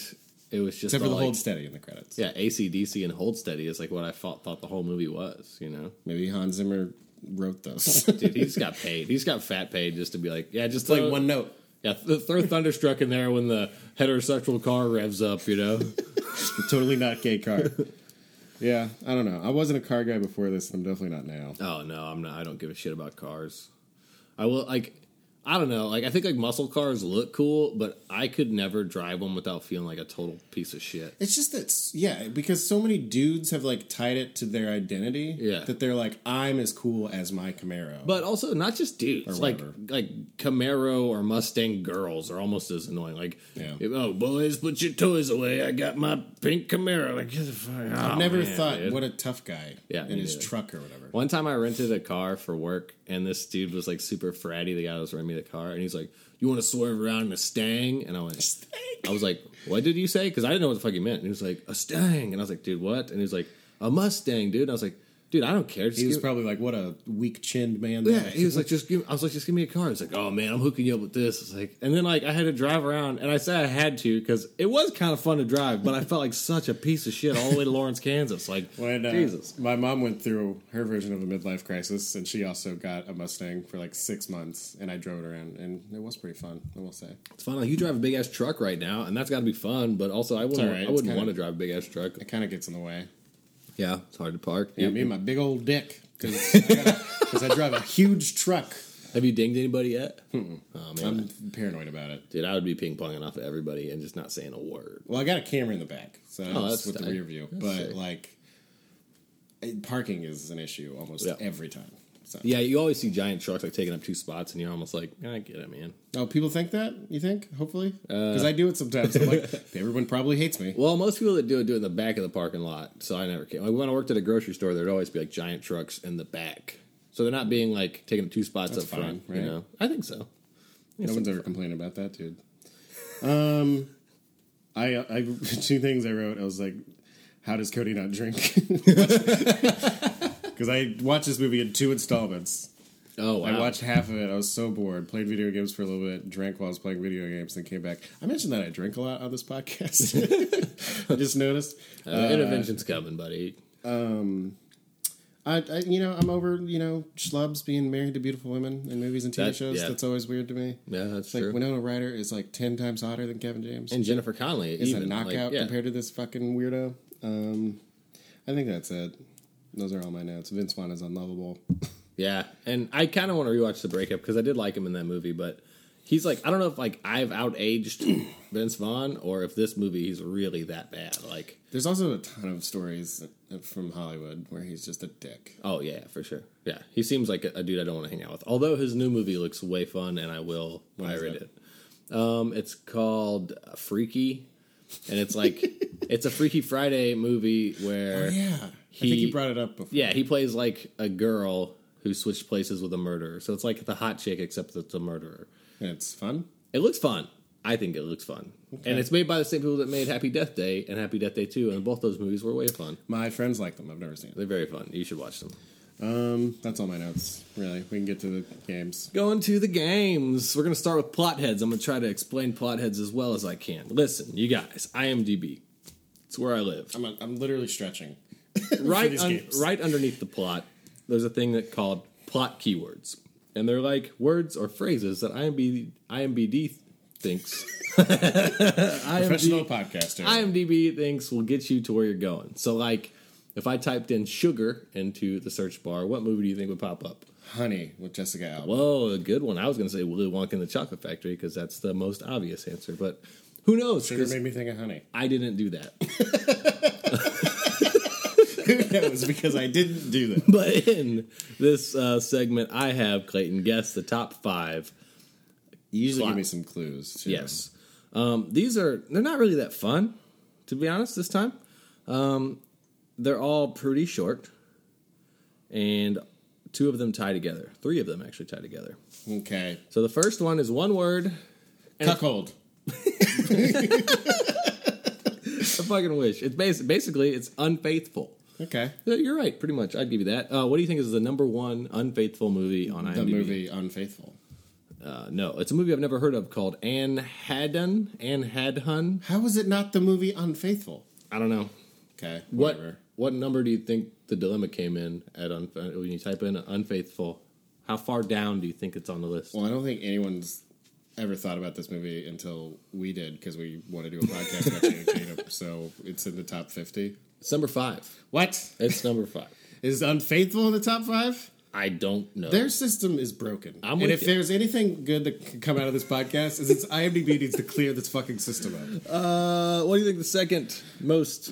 S10: it was just
S11: except for
S10: all,
S11: the
S10: like,
S11: hold steady in the credits.
S10: Yeah, ACDC and Hold Steady is like what I thought, thought the whole movie was, you know?
S11: maybe Hans Zimmer wrote those.
S10: Dude, he's got paid. He's got fat paid just to be like, yeah, just
S11: like
S10: throw-
S11: one note.
S10: Yeah, th- throw Thunderstruck in there when the heterosexual car revs up, you know?
S11: totally not gay car. yeah, I don't know. I wasn't a car guy before this, and I'm definitely not now.
S10: oh, no, I'm not. I don't give a shit about cars. I will, like, I don't know. Like, I think, like, muscle cars look cool, but I could never drive one without feeling like a total piece of shit.
S11: It's just that, s- yeah, because so many dudes have like tied it to their identity.
S10: Yeah.
S11: That they're like, I'm as cool as my Camaro.
S10: But also, not just dudes.
S11: Or
S10: like
S11: whatever.
S10: like Camaro or Mustang girls are almost as annoying. Like,
S11: Yeah.
S10: oh boys, put your toys away. I got my pink Camaro. Like, get the fuck
S11: I've
S10: oh,
S11: never
S10: man,
S11: thought,
S10: dude.
S11: what a tough guy.
S10: Yeah,
S11: In
S10: me
S11: his
S10: neither.
S11: truck or whatever.
S10: One time I rented a car for work, and this dude was like super fratty. The guy that was renting me the car, and he's like, "You want to swerve around in a Stang?" And I went, I was like, "What did you say?" Because I didn't know what the fuck he meant. And he was like, "A Stang," and I was like, "Dude, what?" And he was like, "A Mustang, dude." And I was like, "Dude, I don't care." Just
S11: He was
S10: give-
S11: probably like, what a weak chinned man.
S10: Yeah,
S11: that
S10: he was like, just give. I was like, just give me a car. He's like, oh man, I'm hooking you up with this. It's like, and then like I had to drive around, and I said I had to because it was kind of fun to drive, but I felt like such a piece of shit all the way to Lawrence, Kansas. Like,
S11: When, uh,
S10: Jesus,
S11: My mom went through her version of a midlife crisis, and she also got a Mustang for like six months, and I drove it around, and it was pretty fun, I will say.
S10: it's fun. Like you drive a big ass truck right now, and that's got to be fun. But also, I wouldn't.
S11: all right.
S10: I
S11: It's
S10: wouldn't want
S11: kinda-
S10: to drive a big ass truck.
S11: It kind of gets in the way.
S10: Yeah, it's hard to park.
S11: Yeah,
S10: You-
S11: me and my big old dick. Because I, drive a huge truck.
S10: Have you dinged anybody yet? Oh man,
S11: I'm paranoid about it.
S10: dude, I would be ping ponging off of everybody and just not saying a word.
S11: Well, I got a camera in the back, so that's
S10: Oh, that's
S11: with the
S10: tight.
S11: rear view.
S10: That's
S11: but
S10: sick.
S11: like, it- parking is an issue almost
S10: Yeah.
S11: every time. So.
S10: Yeah, you always see giant trucks like taking up two spots, and you're almost like, I get it, man.
S11: Oh, people think that? You think? Hopefully, because I do it sometimes. I'm like, everyone probably hates me.
S10: Well, most people that do it do it in the back of the parking lot. So I never came. Like when I worked at a grocery store, there'd always be like giant trucks in the back. So they're not being like taking up two spots
S11: That's
S10: up front.
S11: fine, right?
S10: You know, I think so.
S11: No one's ever complained about that, dude. Um, I, I two things I wrote. I was like, "How does Cody not drink?" Because I watched this movie in two installments.
S10: Oh, wow.
S11: I watched half of it. I was so bored. Played video games for a little bit. Drank while I was playing video games, and came back. I mentioned that I drink a lot on this podcast. I just noticed.
S10: Uh, intervention's coming, buddy.
S11: I, I, you know, I'm over. You know, schlubs being married to beautiful women in movies and TV
S10: That-
S11: shows.
S10: yeah.
S11: That's always weird to me.
S10: Yeah, that's
S11: It's like
S10: true.
S11: Winona Ryder is like ten times hotter than Kevin James.
S10: and Jennifer Connelly
S11: It's
S10: even
S11: a knockout
S10: like, yeah.
S11: compared to this fucking weirdo. Um, I think that's it. Those are all my notes. Vince Vaughn is unlovable.
S10: Yeah, and I kind of want to rewatch the breakup because I did like him in that movie, but he's like I don't know if like I've outaged Vince Vaughn or if this movie he's really that bad. Like,
S11: There's also a ton of stories from Hollywood where he's just a dick.
S10: oh yeah, for sure. Yeah, he seems like a, a dude I don't want to hang out with. Although his new movie looks way fun, and I will
S11: What is
S10: pirate
S11: that?
S10: it. Um, it's called uh, Freaky, and it's like it's a Freaky Friday movie where
S11: Oh, Yeah, I think you brought it up before.
S10: Yeah, he plays like a girl who switched places with a murderer. So it's like the hot chick except it's a murderer.
S11: And it's fun.
S10: It looks fun. I think it looks fun. And it's made by the same people that made Happy Death Day and Happy Death Day 2, and both those movies were way fun.
S11: My friends like them. I've never seen it.
S10: They're very fun. You should watch them.
S11: Um, that's all my notes. Really, we can get to the games.
S10: Going to the games. We're going to start with plot heads. I'm going to try to explain plot heads as well as I can. Listen, you guys, IMDb. It's where I live.
S11: I'm, I'm literally stretching.
S10: right,
S11: these
S10: un-
S11: games.
S10: right underneath the plot, there's a thing that called plot keywords, and they're like words or phrases that IMB- IMBD thinks
S11: Professional podcaster.
S10: IMDb thinks will get you to where you're going. So, like, if I typed in sugar into the search bar, what movie do you think would pop up?
S11: Honey with Jessica Alba.
S10: Whoa, a good one. I was going to say Willy Wonka and the Chocolate Factory because that's the most obvious answer, but Who knows?
S11: Sugar
S10: 'Cause
S11: made me think of honey.
S10: I didn't do that.
S11: That was because I didn't do that.
S10: But in this uh, segment, I have Clayton guess the top five.
S11: You usually
S10: Plot.
S11: give me some clues. Too.
S10: Yes, um, these are they're not really that fun, to be honest. This time, um, they're all pretty short, and two of them tie together. Three of them actually tie together.
S11: Okay.
S10: So the first one is one word.
S11: Cuckold.
S10: I fucking wish. It's bas- basically it's unfaithful.
S11: Okay.
S10: Yeah, You're right, pretty much. I'd give you that. Uh, what do you think is the number one unfaithful movie on IMDb?
S11: The movie Unfaithful.
S10: Uh, no, it's a movie I've never heard of called Anne Haddon. Anne Hadhun.
S11: How is it not the movie Unfaithful?
S10: I don't know.
S11: Okay.
S10: What
S11: Whatever.
S10: what number do you think the dilemma came in at unf- when you type in unfaithful? How far down do you think it's on the list?
S11: Well, I don't think anyone's ever thought about this movie until we did because we want to do a podcast about Channing Tatum. So it's in the top fifty.
S10: It's number five.
S11: What
S10: It's number five.
S11: is Unfaithful in the top five?
S10: I don't know.
S11: Their system is broken.
S10: I'm
S11: and
S10: with
S11: if
S10: you.
S11: there's anything good that can come out of this podcast, is it's IMDb needs to clear this fucking system up.
S10: uh, what do you think the second most?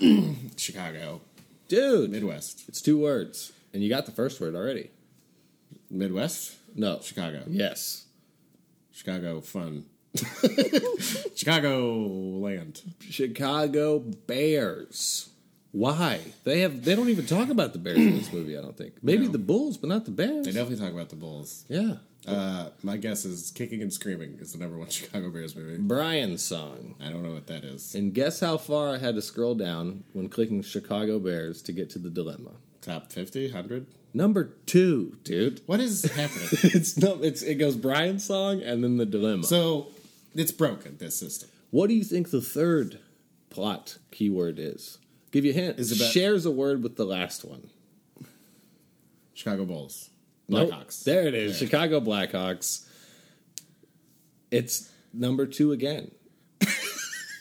S11: Chicago,
S10: Dude,
S11: Midwest,
S10: it's two words, and you got the first word already.
S11: Midwest,
S10: No,
S11: Chicago,
S10: Yes,
S11: Chicago, fun, Chicago land.
S10: Chicago Bears. Why they have they don't even talk about the Bears in this movie? I don't think. Maybe the Bulls, but not the Bears.
S11: They definitely talk about the Bulls.
S10: Yeah,
S11: Uh, my guess is "Kicking and Screaming" is the number one Chicago Bears movie.
S10: Brian's song.
S11: I don't know what that is.
S10: And guess how far I had to scroll down when clicking Chicago Bears to get to the dilemma.
S11: Top 50, 100?
S10: Number two, dude.
S11: What is happening?
S10: it's no, it's it goes Brian's song and then the dilemma. So,
S11: so it's broken, this system.
S10: what do you think the third plot keyword is? Give you a hint.
S11: Is about-
S10: shares a word with the last one.
S11: Chicago Bulls,
S10: Nope.
S11: Blackhawks.
S10: There it is. Chicago Blackhawks. It's number two again.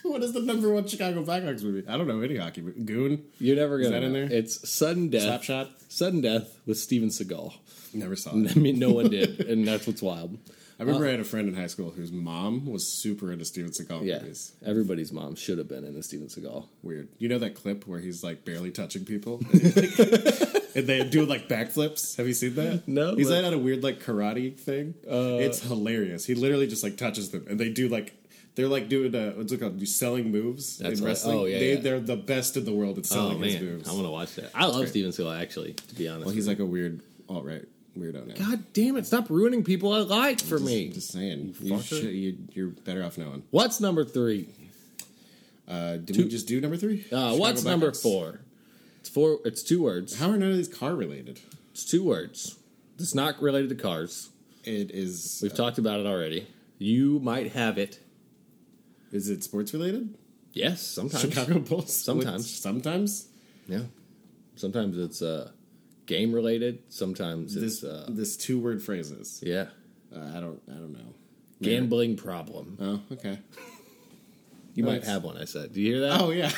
S11: What is the number one Chicago Blackhawks movie? I don't know any hockey movie. Goon?
S10: You're never gonna.
S11: that in
S10: know.
S11: there?
S10: It's sudden death.
S11: Slap Shot?
S10: Sudden death with Steven Seagal.
S11: Never saw
S10: I
S11: it.
S10: mean, no one did, and that's what's wild.
S11: I remember I had a friend in high school whose mom was super into Steven Seagal
S10: Yeah,
S11: movies.
S10: everybody's mom should have been in a Steven Seagal.
S11: Weird. You know that clip where he's like barely touching people? And, he's, like- and they do like backflips. Have you seen that?
S10: No,
S11: He's
S10: but- Uh,
S11: like at a weird like karate thing. it's hilarious. He literally just like touches them and they do like they're like doing uh what's it called? Selling moves
S10: That's
S11: in
S10: right.
S11: wrestling.
S10: Oh, yeah,
S11: they,
S10: yeah.
S11: They're the best in the world at selling his moves.
S10: Oh, I want to watch that. I love Steven Seagal actually. To be honest,
S11: well, he's like a weird alt right weirdo now.
S10: God damn it! Stop ruining people I like for
S11: just,
S10: me.
S11: just saying. You
S10: fucker.
S11: should, you, you're better off knowing.
S10: what's number three?
S11: Uh, did we just do number three?
S10: Uh,
S11: Chicago
S10: what's number
S11: Blackhawks?
S10: four? It's four. It's two words.
S11: How are none of these car related?
S10: It's two words. It's not related to cars.
S11: It is.
S10: We've talked about it already. You might have it.
S11: Is it sports related?
S10: Yes, sometimes.
S11: Chicago Bulls.
S10: Sometimes.
S11: Which- sometimes
S10: Yeah. Sometimes it's uh, game related. Sometimes
S11: this
S10: it's uh,
S11: this two word phrases.
S10: yeah,
S11: Uh, I don't I don't know.
S10: gambling problem.
S11: Oh okay.
S10: You might
S11: nice.
S10: have one. I said. Do you hear that?
S11: Oh yeah.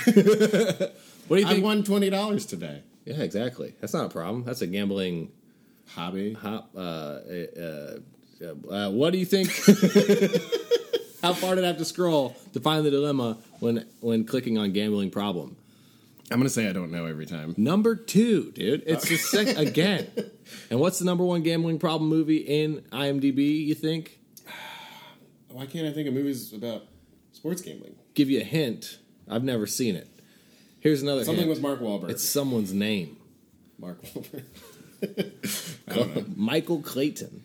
S10: what do you
S11: I
S10: think?
S11: won twenty dollars today.
S10: yeah, exactly. That's not a problem. That's a gambling
S11: Hobby.
S10: Hop, uh, uh, uh, uh, what do you think? How far did I have to scroll to find the dilemma when when clicking on gambling problem?
S11: I'm gonna say I don't know every time.
S10: Number two, dude. It's the second again. And what's the number one gambling problem movie in IMDb? You think?
S11: Why can't I think of movies about sports gambling?
S10: Give you a hint. I've never seen it. Here's another
S11: Something
S10: hint.
S11: with Mark Wahlberg.
S10: It's someone's name.
S11: Mark Wahlberg. I don't know.
S10: Michael Clayton.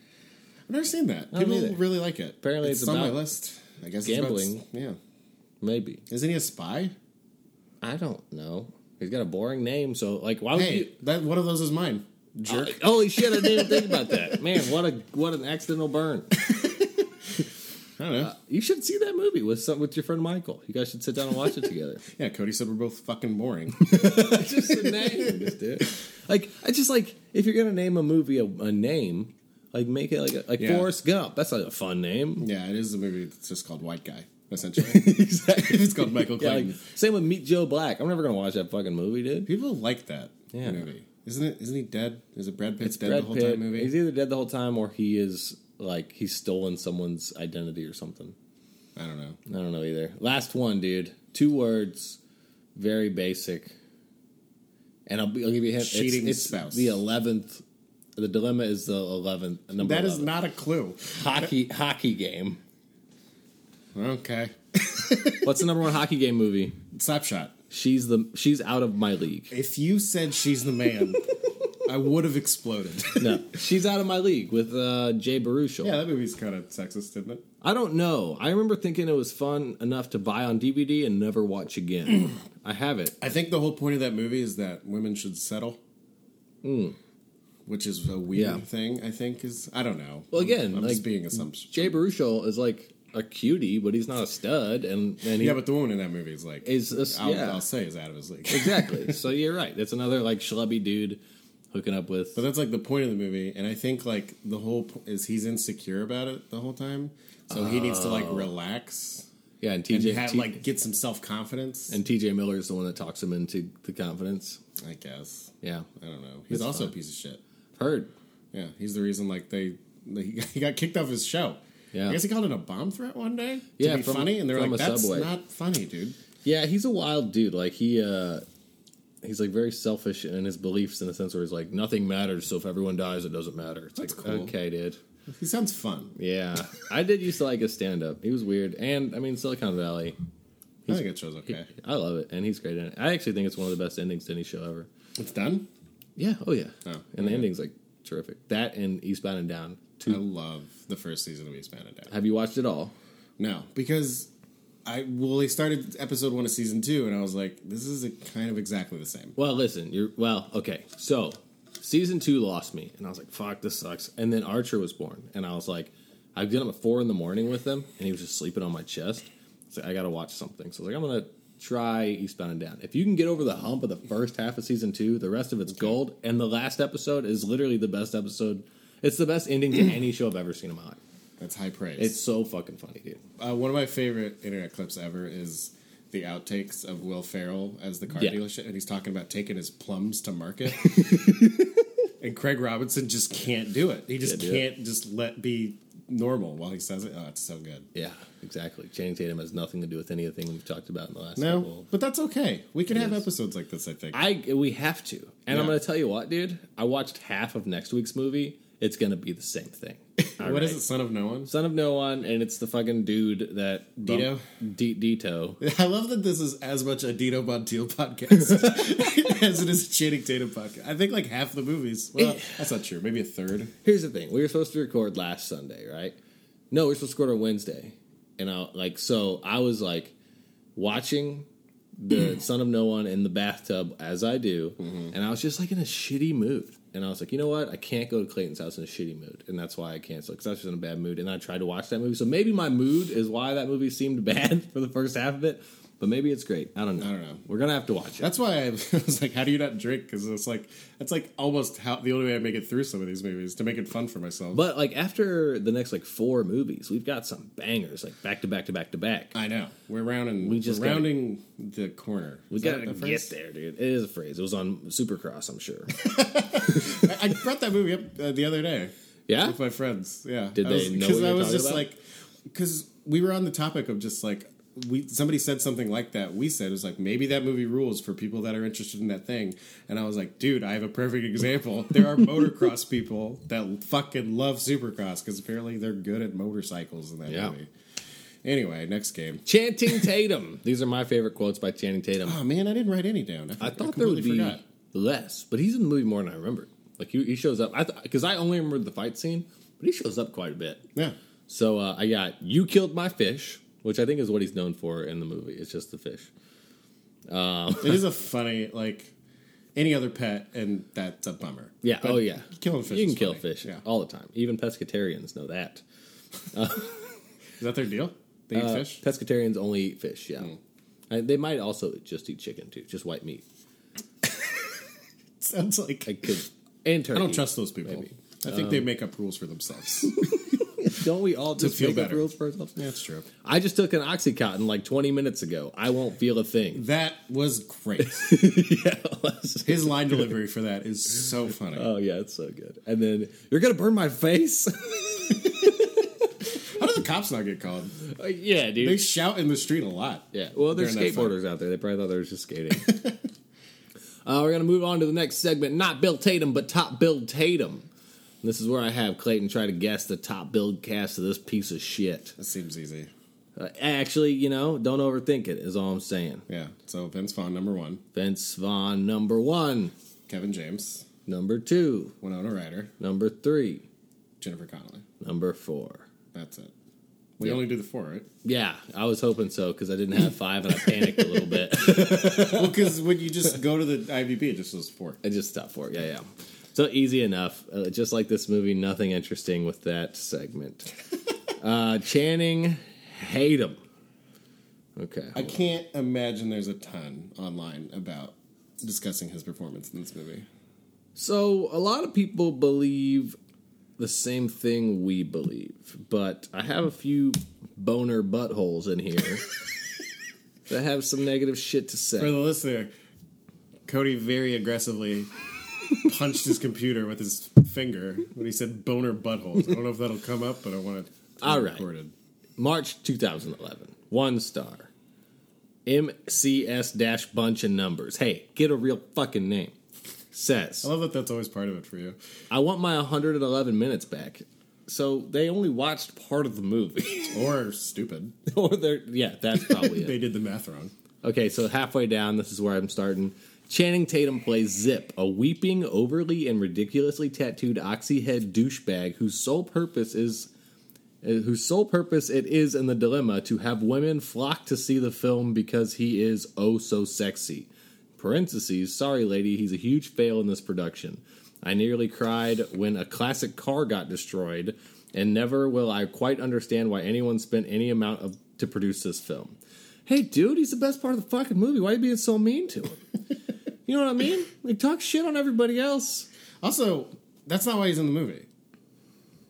S11: I've never seen that.
S10: don't
S11: People
S10: either.
S11: really like it.
S10: Apparently it's
S11: on my
S10: about
S11: list. I guess it's about-
S10: gambling.
S11: yeah.
S10: Maybe
S11: Isn't he a spy?
S10: I don't know. He's got a boring name, so like, why would
S11: Hey,
S10: you?
S11: that one of those is mine. Jerk.
S10: Uh, holy shit! I didn't even think about that. Man, what a what an accidental burn. Uh,
S11: I don't know.
S10: You should see that movie with some, with your friend Michael. You guys should sit down and watch it together.
S11: yeah, Cody said we're both fucking boring.
S10: It's just a name, dude. Like I just like if you're gonna name a movie a, a name, like make it like a, like
S11: Yeah.
S10: Forrest Gump. That's like a fun name.
S11: yeah, it is a movie that's just called White Guy, essentially. exactly. It's called Michael
S10: Yeah,
S11: Clayton.
S10: like, same with Meet Joe Black. I'm never gonna watch that fucking movie, dude.
S11: People like that
S10: Yeah.
S11: movie. Isn't it? Isn't he dead? Is it Brad Pitt dead
S10: Brad
S11: the whole
S10: Pitt,
S11: time movie?
S10: He's either dead the whole time or he is like he's stolen someone's identity or something.
S11: I don't know.
S10: I don't know either. Last one, dude. Two words, very basic. And I'll, be, I'll give you a hint.
S11: Cheating
S10: it's, it's
S11: spouse.
S10: The eleventh. The dilemma is the eleventh number.
S11: That is
S10: 11.
S11: not a clue.
S10: hockey hockey game.
S11: Okay.
S10: What's the number one hockey game movie?
S11: Slapshot.
S10: She's the she's out of my league.
S11: If you said she's the man, I would have exploded.
S10: No, she's out of my league with uh, Jay Baruchel.
S11: yeah, that movie's kind of sexist, isn't it?
S10: I don't know. I remember thinking it was fun enough to buy on DVD and never watch again. I have it.
S11: I think the whole point of that movie is that women should settle. Which is a weird
S10: Hmm. Yeah.
S11: thing, I think, is I don't know.
S10: Well, again,
S11: I'm, I'm
S10: like,
S11: just being assumption.
S10: Jay Baruchel is like a cutie, but he's not a stud, and and he
S11: yeah, but the woman in that movie is like
S10: is this,
S11: I'll,
S10: yeah
S11: I'll say is out of his league.
S10: exactly. so you're right. That's another like schlubby dude hooking up with.
S11: But that's like the point of the movie, and I think like the whole p- is he's insecure about it the whole time, so he needs to
S10: Oh.
S11: like relax
S10: Yeah, and
S11: and
S10: TJ
S11: have,
S10: T-
S11: like get some self confidence.
S10: and TJ Miller is the one that talks him into the confidence.
S11: I guess
S10: Yeah,
S11: I don't know. He's
S10: That's
S11: also
S10: fine.
S11: a piece of shit.
S10: heard.
S11: Yeah, he's the reason like they they- he got kicked off his show.
S10: Yeah.
S11: I guess he called it a bomb threat one day. To
S10: Yeah,
S11: be
S10: from-
S11: funny, and they're
S10: from
S11: like,
S10: a
S11: "That's
S10: subway."
S11: not funny, dude."
S10: Yeah, he's a wild dude. Like he uh he's like very selfish in his beliefs in the sense where he's like nothing matters, so if everyone dies it doesn't matter. It's
S11: That's
S10: like
S11: cool.
S10: okay, dude.
S11: He sounds fun.
S10: Yeah. I did used to like his stand up. He was weird. And I mean Silicon Valley.
S11: I think it shows
S10: He-
S11: okay.
S10: I love it. And he's great in it. I actually think it's one of the best endings to any show ever.
S11: It's done.
S10: Yeah, oh yeah.
S11: Oh,
S10: and the
S11: okay.
S10: ending's like terrific. That and Eastbound and Down.
S11: I
S10: Two
S11: love the first season of Eastbound and Down.
S10: have you watched it all?
S11: No, because I well, they started episode one of season two, and I was like, this is a kind of exactly the same.
S10: Well, listen, you're well, okay. So, season two lost me, and I was like, "Fuck, this sucks." And then Archer was born, and I was like, I get him at four in the morning with him, and he was just sleeping on my chest. So I got to watch something. So I was like, I'm gonna try Eastbound and Down. If you can get over the hump of the first half of season two, the rest of it's gold, and the last episode is literally the best episode. It's the best ending to any show I've ever seen in my life.
S11: That's high praise.
S10: It's so fucking funny, dude.
S11: uh, one of my favorite internet clips ever is the outtakes of Will Ferrell as the car
S10: Yeah.
S11: dealership, and he's talking about taking his plums to market. and Craig Robinson just can't do it. He just
S10: Can't do
S11: can't just let be normal while he says it. Oh, it's so good.
S10: Yeah, exactly. Channing Tatum has nothing to do with anything we've talked about in the last couple
S11: No, but that's okay. We can have
S10: is.
S11: episodes like this. I think.
S10: I we have to. And
S11: Yeah.
S10: I'm going to tell you what, dude. I watched half of next week's movie. It's going to be the same thing.
S11: What is it? Son of No One.
S10: Son of No One, and it's the fucking dude that
S11: Dito?
S10: D- Dito.
S11: I love that this is as much a Dino Montiel podcast as it is a Channing Tatum podcast. I think like half the movies.
S10: Eh.
S11: Well, that's not true. Maybe a third.
S10: Here's the thing: we were supposed to record last Sunday, right? No, we were supposed to record on Wednesday, and I like so I was like watching the Son of No One in the bathtub as I do,
S11: Mm-hmm.
S10: and I was just like in a shitty mood. And I was like, you know what? I can't go to Clayton's house in a shitty mood, and that's why I canceled because I was just in a bad mood. And I tried to watch that movie, so maybe my mood is why that movie seemed bad for the first half of it. But maybe it's great. I don't know.
S11: I don't know.
S10: We're gonna have to watch it.
S11: That's why I was like, "How do you not drink?" Because it's like that's like almost how the only way I make it through some of these movies to make it fun for myself.
S10: But like after the next like four movies, we've got some bangers like back to back to back to back.
S11: I know we're rounding. We
S10: We just
S11: just
S10: gotta-
S11: rounding the corner.
S10: we
S11: Is that
S10: gotta
S11: the
S10: get
S11: phrase?
S10: there, dude. It is a phrase. It was on Supercross, I'm sure.
S11: I I brought that movie up uh, the other day.
S10: Yeah?
S11: with my friends. Yeah,
S10: Did
S11: I
S10: they
S11: was,
S10: know what
S11: Because
S10: you
S11: I
S10: were
S11: was
S10: talking
S11: just
S10: about?
S11: like, because we were on the topic of just like we somebody said something like that. We said it was like maybe that movie rules for people that are interested in that thing. And I was like, dude, I have a perfect example. There are motocross people that fucking love supercross because apparently they're good at motorcycles in that
S10: Yeah.
S11: movie. Anyway, next game.
S10: Chanting Tatum. These are my favorite quotes by Channing Tatum.
S11: Oh man, I didn't write any down.
S10: I thought there would be
S11: completely forgot.
S10: less, but he's in the movie more than I remembered. Like he, he shows up. I because I only remembered the fight scene, but he shows up quite a bit.
S11: Yeah,
S10: So uh, I got "You Killed My Fish," which I think is what he's known for in the movie. It's just the fish.
S11: it is a funny like. Any other pet, and that's a bummer.
S10: Yeah.
S11: But
S10: oh yeah.
S11: killing fish.
S10: You
S11: is
S10: can kill
S11: funny.
S10: fish
S11: Yeah,
S10: all the time. Even pescatarians know that.
S11: Is that their deal? They eat
S10: Uh,
S11: fish. Hmm.
S10: Pescatarians only eat fish. Yeah, Uh, they might also just eat chicken too, just white meat.
S11: Sounds like
S10: I could. And
S11: I
S10: turkey.
S11: don't trust those people.
S10: Maybe. Um,
S11: I think they make up rules for themselves.
S10: Don't we all just
S11: feel
S10: make up
S11: better.
S10: rules for ourselves?
S11: That's true.
S10: I just took an oxycontin like 20 minutes ago. I won't feel a thing.
S11: That was great.
S10: yeah. let's-
S11: His line delivery for that is so funny.
S10: Uh, oh yeah, it's so good. And then you're gonna burn my face.
S11: How do the cops not get called?
S10: Uh, yeah, dude.
S11: They shout in the street a lot.
S10: Yeah. Well, there's
S11: During that fight.
S10: skateboarders out there. They probably thought they were just skating. uh, we're going to move on to the next segment. Not Bill Tatum, but Top Bill Tatum. And this is where I have Clayton try to guess the top build cast of this piece of shit.
S11: That seems easy.
S10: Uh, actually, you know, don't overthink it, is all I'm saying.
S11: Yeah. So Vince Vaughn, number one.
S10: Vince Vaughn, number one.
S11: Kevin James,
S10: Number two.
S11: Winona Ryder,
S10: Number three.
S11: Jennifer Connelly.
S10: Number four.
S11: That's it. We
S10: Yeah.
S11: only do the four, right?
S10: Yeah, I was hoping so because I didn't have five and I panicked a little bit.
S11: Well, because when you just go to the IVP, it just says four.
S10: I just stopped for it. Yeah, yeah. So easy enough. Uh, just like this movie, nothing interesting with that segment. uh, Channing Tatum. Okay.
S11: I can't imagine there's a ton online about discussing his performance in this movie.
S10: So a lot of people believe the same thing we believe, but I have a few boner buttholes in here that have some negative shit to
S11: For the
S10: say.
S11: listener, Cody very aggressively punched his computer with his finger when he said boner buttholes. I don't know if that'll come up, but I want it to be
S10: All right.
S11: recorded.
S10: March 2011. One star. MCS dash bunch of numbers. Hey, get a real fucking name. Says.
S11: I love that that's always part of it for you.
S10: I want my 111 minutes back. So they only watched part of the movie,
S11: Or stupid.
S10: or they're yeah, that's probably
S11: They
S10: it.
S11: did the math wrong.
S10: Okay, so halfway down, this is where I'm starting. Channing Tatum plays Zip, a weeping, overly and ridiculously tattooed oxyhead douchebag whose sole purpose is uh, whose sole purpose it is in the dilemma to have women flock to see the film because he is oh so sexy. Parentheses, sorry lady, he's a huge fail in this production. I nearly cried when a classic car got destroyed, and never will I quite understand why anyone spent any amount of to produce this film. Hey dude, he's the best part of the fucking movie. Why are you being so mean to him? you know what I mean? Like talk shit on everybody else.
S11: Also, that's not why he's in the movie.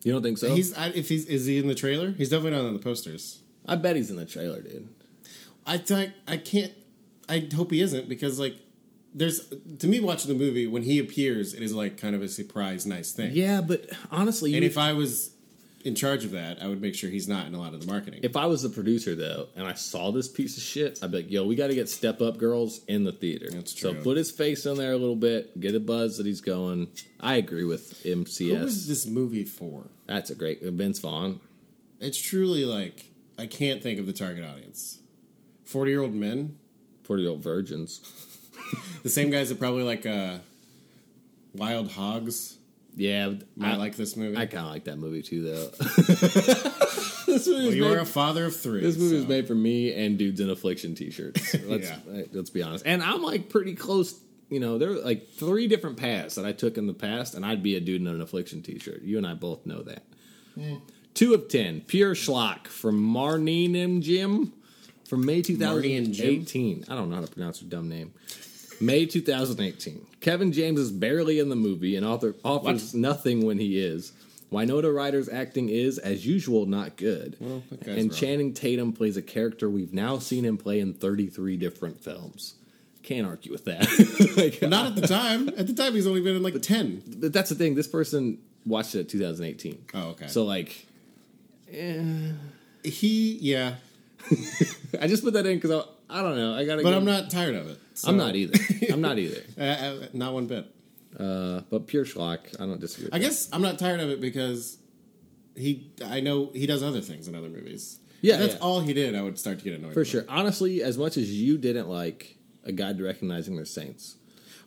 S10: You don't think so?
S11: He's I, if he's is he in the trailer? He's definitely not in the posters.
S10: I bet he's in the trailer, dude.
S11: I think I can't. I hope he isn't because like there's to me watching the movie when he appears it is like kind of a surprise nice thing.
S10: Yeah, but honestly,
S11: And
S10: you-
S11: if I was in charge of that, I would make sure he's not in a lot of the marketing.
S10: If I was the producer though, and I saw this piece of shit, I'd be like, "Yo, we got to get Step Up Girls in the theater."
S11: That's
S10: So
S11: true.
S10: put his face in there a little bit, get a buzz that he's going. I agree with
S11: Who
S10: MCS.
S11: was this movie for?
S10: That's a great Vince Vaughn.
S11: It's truly like I can't think of the target audience. Forty year old men,
S10: Forty year old virgins.
S11: the same guys that probably like uh, Wild Hogs
S10: Yeah,
S11: might
S10: I like.
S11: like this movie.
S10: I kind of like that movie too, though. this movie,
S11: well,
S10: was
S11: you
S10: made,
S11: are a father of three.
S10: this movie was
S11: so-
S10: made for me and dudes in affliction T-shirts. Let's
S11: Yeah.
S10: let's be honest. And I'm like pretty close. You know, there were like three different paths that I took in the past, and I'd be a dude in an affliction T-shirt. You and I both know that.
S11: Hmm.
S10: Two of ten, pure schlock from Marnine M. Jim from May
S11: Marnie and Jim?
S10: 2018. I don't know how to pronounce her dumb name. May 2018. Kevin James is barely in the movie and author offers nothing when he is. Winona Ryder's acting is, as usual, not good.
S11: that guy's
S10: and
S11: wrong.
S10: Channing Tatum plays a character we've now seen him play in 33 different films. Can't argue with that. Like,
S11: Not at the time. At the time, he's only been in like ten.
S10: but that's the thing. This person watched it in 2018.
S11: Oh, okay.
S10: So like, eh.
S11: He, yeah,
S10: I just put that in because I, I don't know. I gotta.
S11: but
S10: give-
S11: I'm not tired of it. so-
S10: I'm not either. I'm not e- either.
S11: Uh, uh, not one bit.
S10: But pure schlock. I don't disagree.
S11: I guess I'm not tired of it because he. I know he does other things in other movies.
S10: Yeah,
S11: If that's
S10: yeah.
S11: all he did. I would start to get annoyed
S10: For
S11: with
S10: sure.
S11: it.
S10: Honestly, as much as you didn't like a guide to recognizing their saints,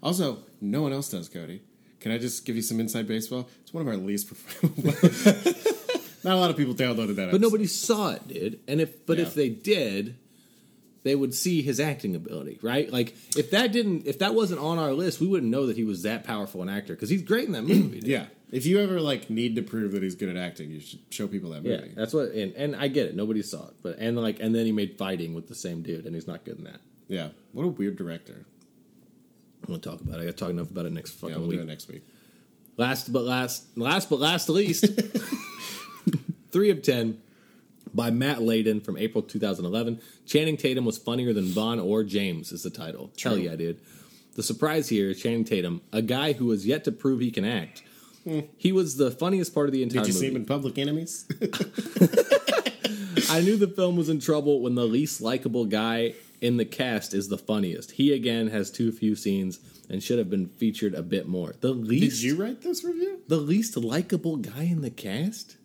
S11: Also, no one else does, Cody. Can I just give you some inside baseball? It's one of our least performable. not a lot of people downloaded that.
S10: but nobody saw it, dude. And if but if
S11: Yeah.
S10: they did, they would see his acting ability, right? Like if that didn't, if that wasn't on our list, we wouldn't know that he was that powerful an actor because he's great in that movie. dude.
S11: Yeah. If you ever like need to prove that he's good at acting, you should show people that
S10: Yeah,
S11: movie.
S10: that's what, and, and I get it. Nobody saw it, but and like, and then he made fighting with the same dude, and he's not good in that.
S11: yeah. What a weird director.
S10: I'm gonna talk about it. I gotta talk enough about it next fucking
S11: Yeah, we'll
S10: week.
S11: do it next week.
S10: Last but last, last but last least, three of ten by Matt Layden from April 2011. Channing Tatum was funnier than Vaughn or James is the title. Hell yeah, dude. The surprise here is Channing Tatum, a guy who has yet to prove he can act. He was the funniest part of the entire
S11: Hmm. Did you see
S10: movie.
S11: him in Public Enemies?
S10: I knew the film was in trouble when the least likable guy in the cast is the funniest. He again has too few scenes and should have been featured a bit more. The least
S11: Did you write this review?
S10: the least likable guy in the cast?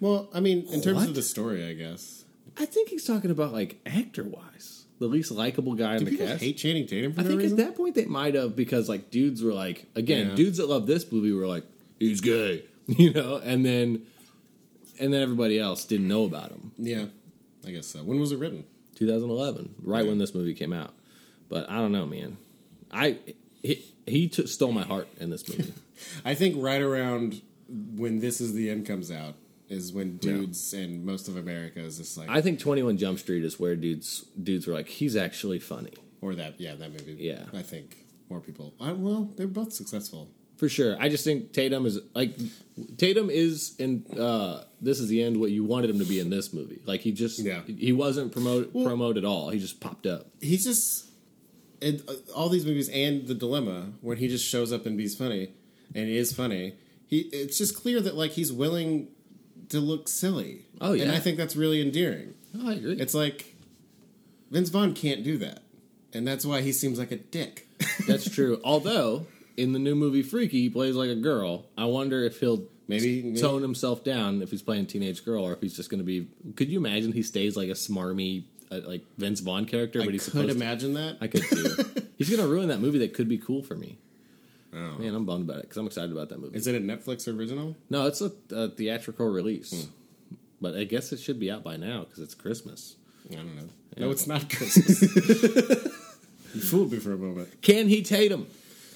S11: Well, I mean, in terms
S10: What?
S11: of the story, I guess.
S10: I think he's talking about like actor wise. The least likable guy
S11: Do
S10: in the
S11: people
S10: cast.
S11: hate Channing Tatum for
S10: I
S11: no
S10: think
S11: reason?
S10: at that point they might have because like dudes were like again
S11: Yeah.
S10: dudes that love this movie were like he's gay you know and then and then everybody else didn't know about him
S11: yeah, I guess so. When was it written?
S10: 2011 right when this movie came out but I don't know man I he, he took, stole my heart in this movie
S11: I think right around when This Is the End comes out is when dudes and most of America is just like,
S10: I think 21 Jump Street is where dudes dudes were like he's actually funny
S11: or that, yeah, that movie.
S10: Yeah.
S11: I think more people. I, well, they're both successful.
S10: for sure I just think Tatum is like Tatum is in uh this is the end what you wanted him to be in this movie like he just
S11: Yeah.
S10: he wasn't promote promoted at all he just popped up
S11: He's just in uh, all these movies and The Dilemma when he just shows up and be funny and he is funny. He it's just clear that like he's willing to look silly.
S10: Oh,
S11: and
S10: yeah.
S11: I think that's really endearing.
S10: Oh, I agree.
S11: It's like Vince Vaughn can't do that, and that's why he seems like a dick.
S10: That's true. Although in the new movie Freaky, he plays like a girl. I wonder if he'll
S11: Maybe-
S10: t-
S11: maybe-
S10: tone himself down if he's playing teenage girl, or if he's just going to be. Could you imagine he stays like a smarmy, uh, like Vince Vaughn character?
S11: I
S10: but he's
S11: could
S10: supposed to-
S11: imagine that.
S10: I could too. he's going to ruin that movie that could be cool for me. Man, I'm bummed about it because I'm excited about that movie.
S11: Oh. Is it a Netflix original?
S10: no, it's a, a theatrical release, but I guess it should be out by now because it's Christmas.
S11: I don't know. No, it's not Christmas. you fooled me for a moment.
S10: Can he Tatum?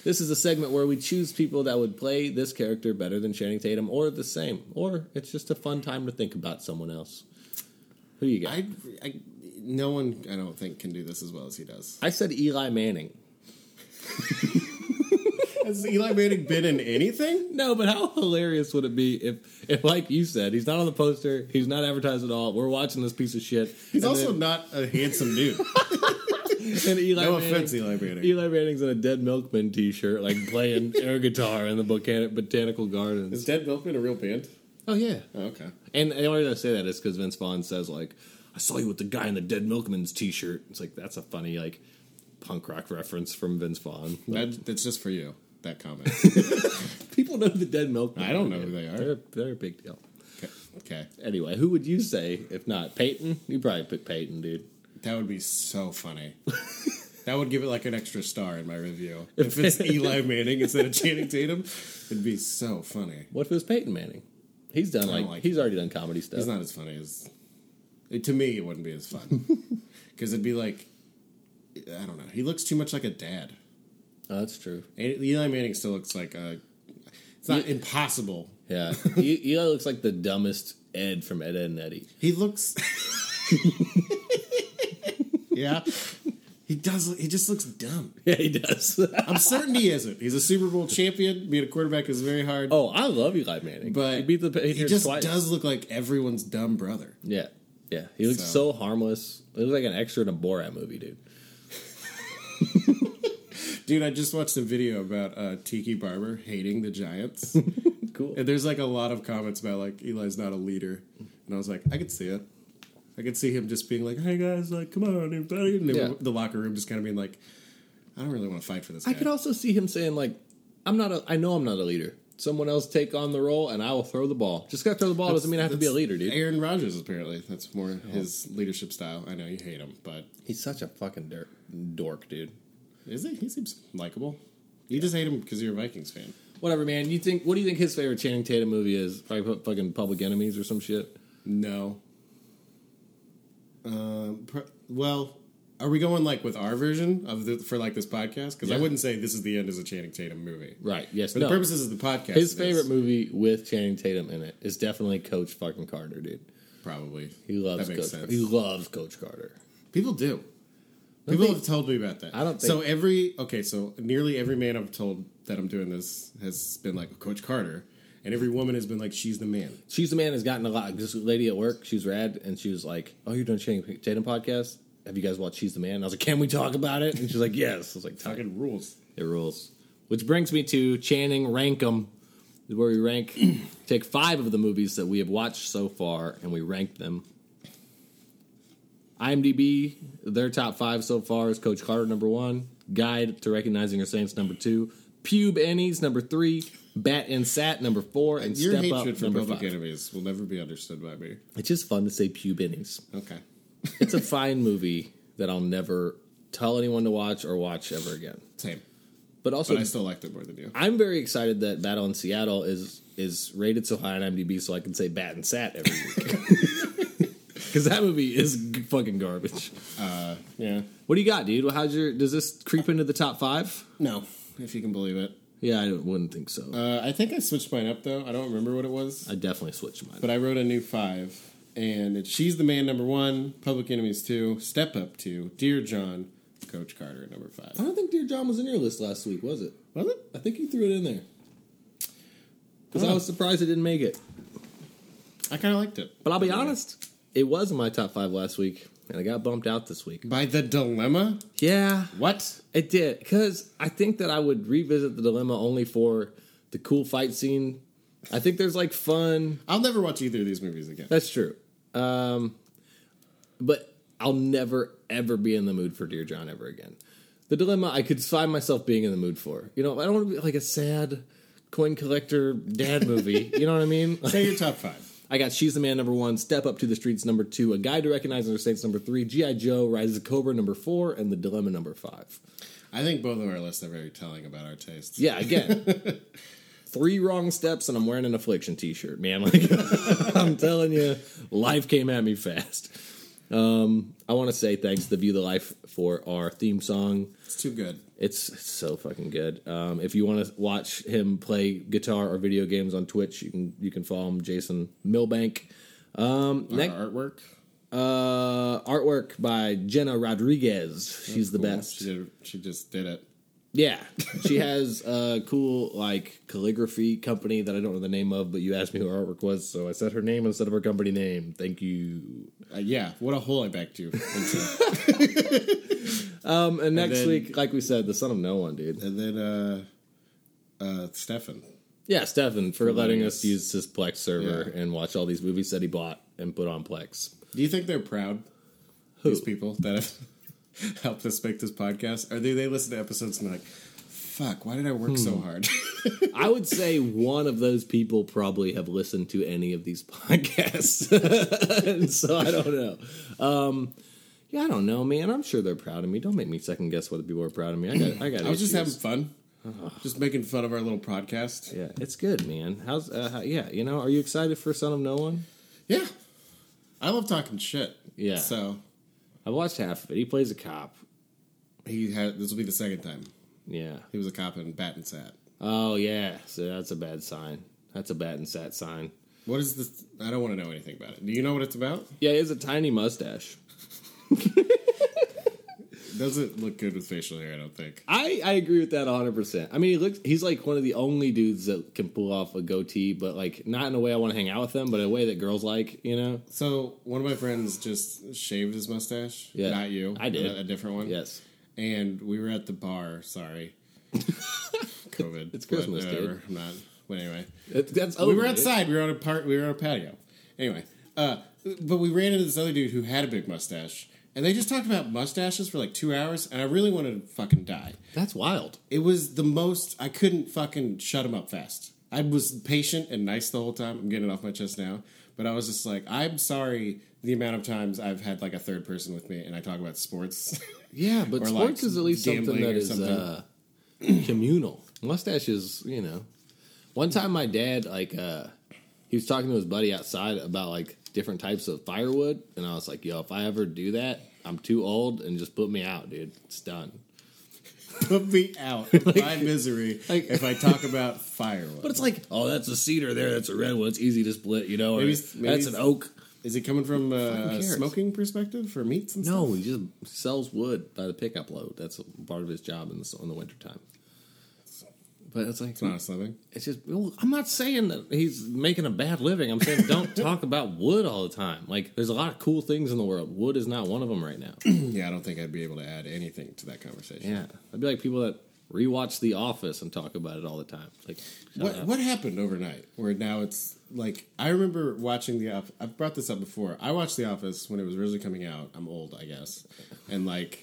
S10: This is a segment where we choose people that would play this character better than Channing Tatum or the same. Or it's just a fun time to think about someone else. Who you got? I,
S11: I, I, no one I don't think can do this as well as he does.
S10: said Eli Manning.
S11: Has Eli Manning been in anything?
S10: No, but how hilarious would it be if, if like you said, he's not on the poster, he's not advertised at all. We're watching this piece of shit.
S11: He's
S10: and
S11: also
S10: then-
S11: not a handsome dude.
S10: and Eli
S11: no
S10: Manning-
S11: offense, Eli Manning.
S10: Eli Manning's in a Dead Milkman T-shirt, like playing air guitar in the Botanic- Botanical Gardens.
S11: Is Dead Milkman a real band?
S10: Oh yeah,
S11: Oh, okay.
S10: And the only reason I say that is because Vince Vaughn says like, "I saw you with the guy in the Dead Milkman's T-shirt." It's like that's a funny like punk rock reference from Vince Vaughn.
S11: That, that's just for you, that comment.
S10: People know the Dead Milkman.
S11: I don't know who they are.
S10: They're, they're a big deal.
S11: okay. okay.
S10: Anyway, who would you say if not Peyton? You probably pick Peyton, dude.
S11: That would be so funny. that would give it like an extra star in my review. If it's Eli Manning instead of Channing Tatum, it'd be so funny.
S10: What if it was Peyton Manning? He's done
S11: don't
S10: like,
S11: like
S10: he's already done comedy stuff.
S11: It's not as funny as it, to me. It wouldn't be as fun because it'd be like I don't know. He looks too much like a dad.
S10: oh, that's true.
S11: And Eli Manning still looks like a. It's not impossible.
S10: Yeah, E- Eli looks like the dumbest Ed from Ed, Ed and Eddie.
S11: He looks. yeah, he does. He just looks dumb.
S10: Yeah, he does.
S11: I'm certain he isn't. He's a Super Bowl champion. Being a quarterback is very hard.
S10: oh, I love Eli Manning,
S11: but
S10: he beat the Patriots
S11: he just
S10: twice.
S11: does look like everyone's dumb brother.
S10: Yeah, yeah. He looks
S11: So-
S10: so, harmless. He looks like an extra in a Borat movie, dude.
S11: Dude, I just watched a video about uh, Tiki Barber hating the Giants.
S10: Cool.
S11: And there's like a lot of comments about like Eli's not a leader, and I was like, I could see it. I could see him just being like, "Hey guys, like, come on, everybody!" And then
S10: Yeah.
S11: the locker room just kind of being like, "I don't really want to fight for this." Guy.
S10: I could also see him saying like, "I'm not a. I know I'm not a leader. Someone else take on the role, and I will throw the ball. Just gotta throw the ball doesn't mean I have to be a leader, dude.
S11: Aaron Rodgers apparently that's more his leadership style. I know you hate him, but
S10: He's such a fucking dirt, dork, dude.
S11: is he? He seems likable. You just hate him because you're a Vikings fan.
S10: Whatever, man. You think? What do you think his favorite Channing Tatum movie is? Probably pu- fucking Public Enemies or some shit.
S11: No. Um. pr- well, are we going like with our version of the, for like this podcast? Because I
S10: Yeah.
S11: wouldn't say this is the end is a Channing Tatum movie.
S10: Right. Yes.
S11: For
S10: no.
S11: the purposes of the podcast,
S10: his
S11: it
S10: favorite
S11: is,
S10: movie with Channing Tatum in it is definitely Coach fucking Carter, dude.
S11: probably
S10: He loves
S11: that makes
S10: Coach.
S11: sense.
S10: He loves Coach Carter.
S11: People do.
S10: Don't
S11: People
S10: they-
S11: have told me about that.
S10: I don't
S11: so.
S10: think-
S11: Every okay, so nearly every man I've told that I'm doing this has been like Coach Carter, and every woman has been like, "She's the man."
S10: She's the man has gotten a lot. This lady at work, she's rad, and she was like, "Oh, you're doing Channing Tatum podcast? Have you guys watched She's the Man?" And I was like, "Can we talk about it?" And she's like, "Yes." I was like, "Tight."
S11: Fucking rules.
S10: It rules." Which brings me to Channing Rankum, where we rank, take five of the movies that we have watched so far, and we rank them. IMDb, their top five so far is Coach Carter number one, Guide to Recognizing Your Saints number two, Pube Ennies number three, Bat and Sat number four, and
S11: Your
S10: Step Up
S11: hatred for
S10: number
S11: Public
S10: five.
S11: Enemies will never be understood by me.
S10: It's just fun to say Pube Ennies.
S11: Okay.
S10: it's a fine movie that I'll never tell anyone to watch or watch ever again.
S11: Same.
S10: But also,
S11: but I still liked it more than you.
S10: I'm very excited that Battle in Seattle is is rated so high on IMDb, so I can say Bat and Sat every week. Because that movie is g- fucking garbage.
S11: Uh, yeah.
S10: What do you got, dude? How's your? Does this creep into the top five?
S11: No, if you can believe it.
S10: Yeah, I wouldn't think so.
S11: Uh, I think I switched mine up though. I don't remember what it was,
S10: I definitely switched mine.
S11: but I wrote a new five, and it's she's the man number one, Public Enemies two, Step Up two, Dear John, Coach Carter number
S10: I
S11: five.
S10: don't think Dear John was in your list last week, was it?
S11: Was it?
S10: I think you threw it in there because I was surprised it didn't make it.
S11: I kind of liked it.
S10: But I'll be honest, it was in my top five last week, and I got bumped out this week.
S11: By the dilemma,
S10: Yeah,
S11: what?
S10: It did because I think that I would revisit the dilemma only for the cool fight scene. I think there's like fun.
S11: I'll never watch either of these movies again.
S10: That's true. Um, but I'll never ever be in the mood for Dear John ever again. The dilemma I could find myself being in the mood for. You know, I don't want to be like a sad coin collector dad movie. you know what I mean?
S11: Say your top five.
S10: I got She's the Man number one, Step Up to the Streets number two, A Guide to Recognizing Their States number three, G.I. Joe, Rise of the Cobra number four, and The Dilemma number five.
S11: I think both of our lists are very telling about our tastes.
S10: Yeah, again. Three wrong steps and I'm wearing an affliction t-shirt, man. Like I'm telling you, life came at me fast. Um, I want to say thanks to View the Life for our theme song.
S11: it's too good.
S10: It's it's so fucking good. Um, if you want to watch him play guitar or video games on Twitch, you can you can follow him, Jason Milbank. Um,
S11: Our
S10: next,
S11: artwork.
S10: uh, artwork by Jenna Rodriguez. She's the
S11: Cool.
S10: best.
S11: She, did, she just did it.
S10: Yeah, she has a cool like calligraphy company that I don't know the name of, but you asked me who her artwork was, so I said her name instead of her company name. Thank you.
S11: Uh, yeah, what a hole I backed you into.
S10: Um, and next
S11: then-
S10: week, like we said, the son of no one, dude.
S11: And then uh uh Stefan.
S10: Yeah, Stefan for letting
S11: letting
S10: us
S11: us-
S10: use his Plex server
S11: Yeah.
S10: and watch all these movies that he bought and put on Plex.
S11: Do you think they're proud?
S10: Who?
S11: These people that have helped us make this podcast? Or do they listen to episodes and be like, fuck, why did I work so hard?
S10: I would say one of those people probably have listened to any of these podcasts. And so I don't know. Um, yeah, I don't know, man. I'm sure they're proud of me. Don't make me second guess whether people are proud of me. I got, I got.
S11: I was just having
S10: issues.
S11: fun. Just making fun of our little podcast.
S10: Yeah, it's good, man. How's uh, how, yeah? You know, are you excited for Son of No One?
S11: Yeah. I love talking shit.
S10: Yeah.
S11: So
S10: I watched half of it. He plays a cop.
S11: he had this will be the second time.
S10: Yeah.
S11: He was a cop in Bat and Sat.
S10: Oh yeah. So that's a bad sign. That's a bat and sat sign.
S11: What is this? I don't want to know anything about it. Do you know what it's about?
S10: Yeah, he has a tiny mustache.
S11: Doesn't look good with facial hair, I don't think.
S10: I, I agree with that 100%. I mean, he looks he's like one of the only dudes that can pull off a goatee, but like not in a way I want to hang out with them, but in a way that girls like, you know?
S11: So one of my friends just shaved his mustache.
S10: Yeah.
S11: not you.
S10: I did.
S11: a, a different one.
S10: Yes.
S11: and we were at the bar. Sorry, COVID.
S10: It's Christmas,
S11: but
S10: dude. Oh,
S11: I'm not. But anyway,
S10: It- that's
S11: we
S10: over,
S11: were
S10: dude.
S11: outside. We were on a part. We were on a patio. Anyway, uh, but we ran into this other dude who had a big mustache, and they just talked about mustaches for like two hours, and I really wanted to fucking die.
S10: That's wild.
S11: It was the most. I couldn't fucking shut him up fast. I was patient and nice the whole time. I'm getting it off my chest now, but I was just like, I'm sorry. The amount of times I've had like a third person with me, and I talk about sports.
S10: Yeah, but
S11: Or, like,
S10: sports is at least something
S11: gambling
S10: that
S11: or
S10: is
S11: something.
S10: Uh, communal. Mustache is, you know. One time, my dad like uh, he was talking to his buddy outside about like different types of firewood, and I was like, "Yo, if I ever do that, I'm too old, and just put me out, dude. It's done."
S11: put me out of my misery
S10: like-
S11: if I talk about firewood.
S10: But it's like, oh, that's a cedar there. That's a redwood. It's easy to split, you know. Or
S11: Maybe it's- maybe
S10: that's an
S11: it's-
S10: oak.
S11: Is it coming from uh, a
S10: cares?
S11: smoking perspective for meats and
S10: No,
S11: stuff?
S10: he just sells wood by the pickup load. That's part of his job in the, in the wintertime. But it's like
S11: It's not a living.
S10: It's just well, I'm not saying that he's making a bad living. I'm saying don't talk about wood all the time. Like there's a lot of cool things in the world. Wood is not one of them right now.
S11: Yeah, I don't think I'd be able to add anything to that conversation.
S10: Yeah, I'd be like people that rewatch The Office and talk about it all the time. Like, shut
S11: What
S10: up.
S11: what happened overnight? Where now it's like I remember watching the Office. I've brought this up before. I watched The Office when it was originally coming out. I'm old, I guess, and like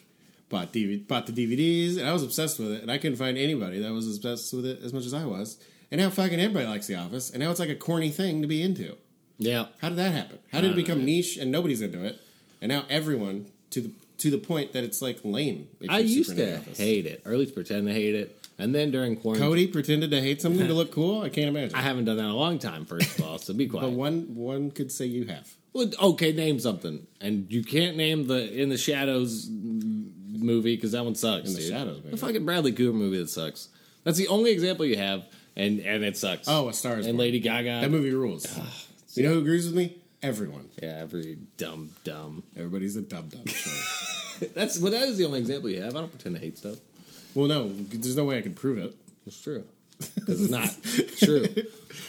S11: bought DVD, bought the DVDs, and I was obsessed with it. And I couldn't find anybody that was obsessed with it as much as I was. And now fucking everybody likes The Office, and now it's like a corny thing to be into.
S10: yeah,
S11: How did that happen? How did it become niche and nobody's into it? And now everyone to the to the point that it's like lame. if
S10: I
S11: you're super
S10: used
S11: into
S10: to
S11: The Office.
S10: hate it, or at least pretend to hate it. And then during quarantine,
S11: Cody pretended to hate something to look cool. I can't imagine.
S10: I haven't done that in a long time. First of all, so be quiet.
S11: But one one could say you have.
S10: Well, okay, name something, and you can't name the In the Shadows m- movie because that one sucks.
S11: In the
S10: dude.
S11: Shadows movie.
S10: the fucking Bradley Cooper movie that sucks. That's the only example you have, and and it sucks.
S11: Oh, a star is
S10: and
S11: Born.
S10: Lady Gaga.
S11: That movie rules. you know who agrees with me? Everyone.
S10: Yeah, every dumb dumb.
S11: Everybody's a dub dub. so.
S10: That's well, that is the only example you have. I don't pretend to hate stuff.
S11: well, no, there's no way I can prove it.
S10: It's true. 'Cause it's not true.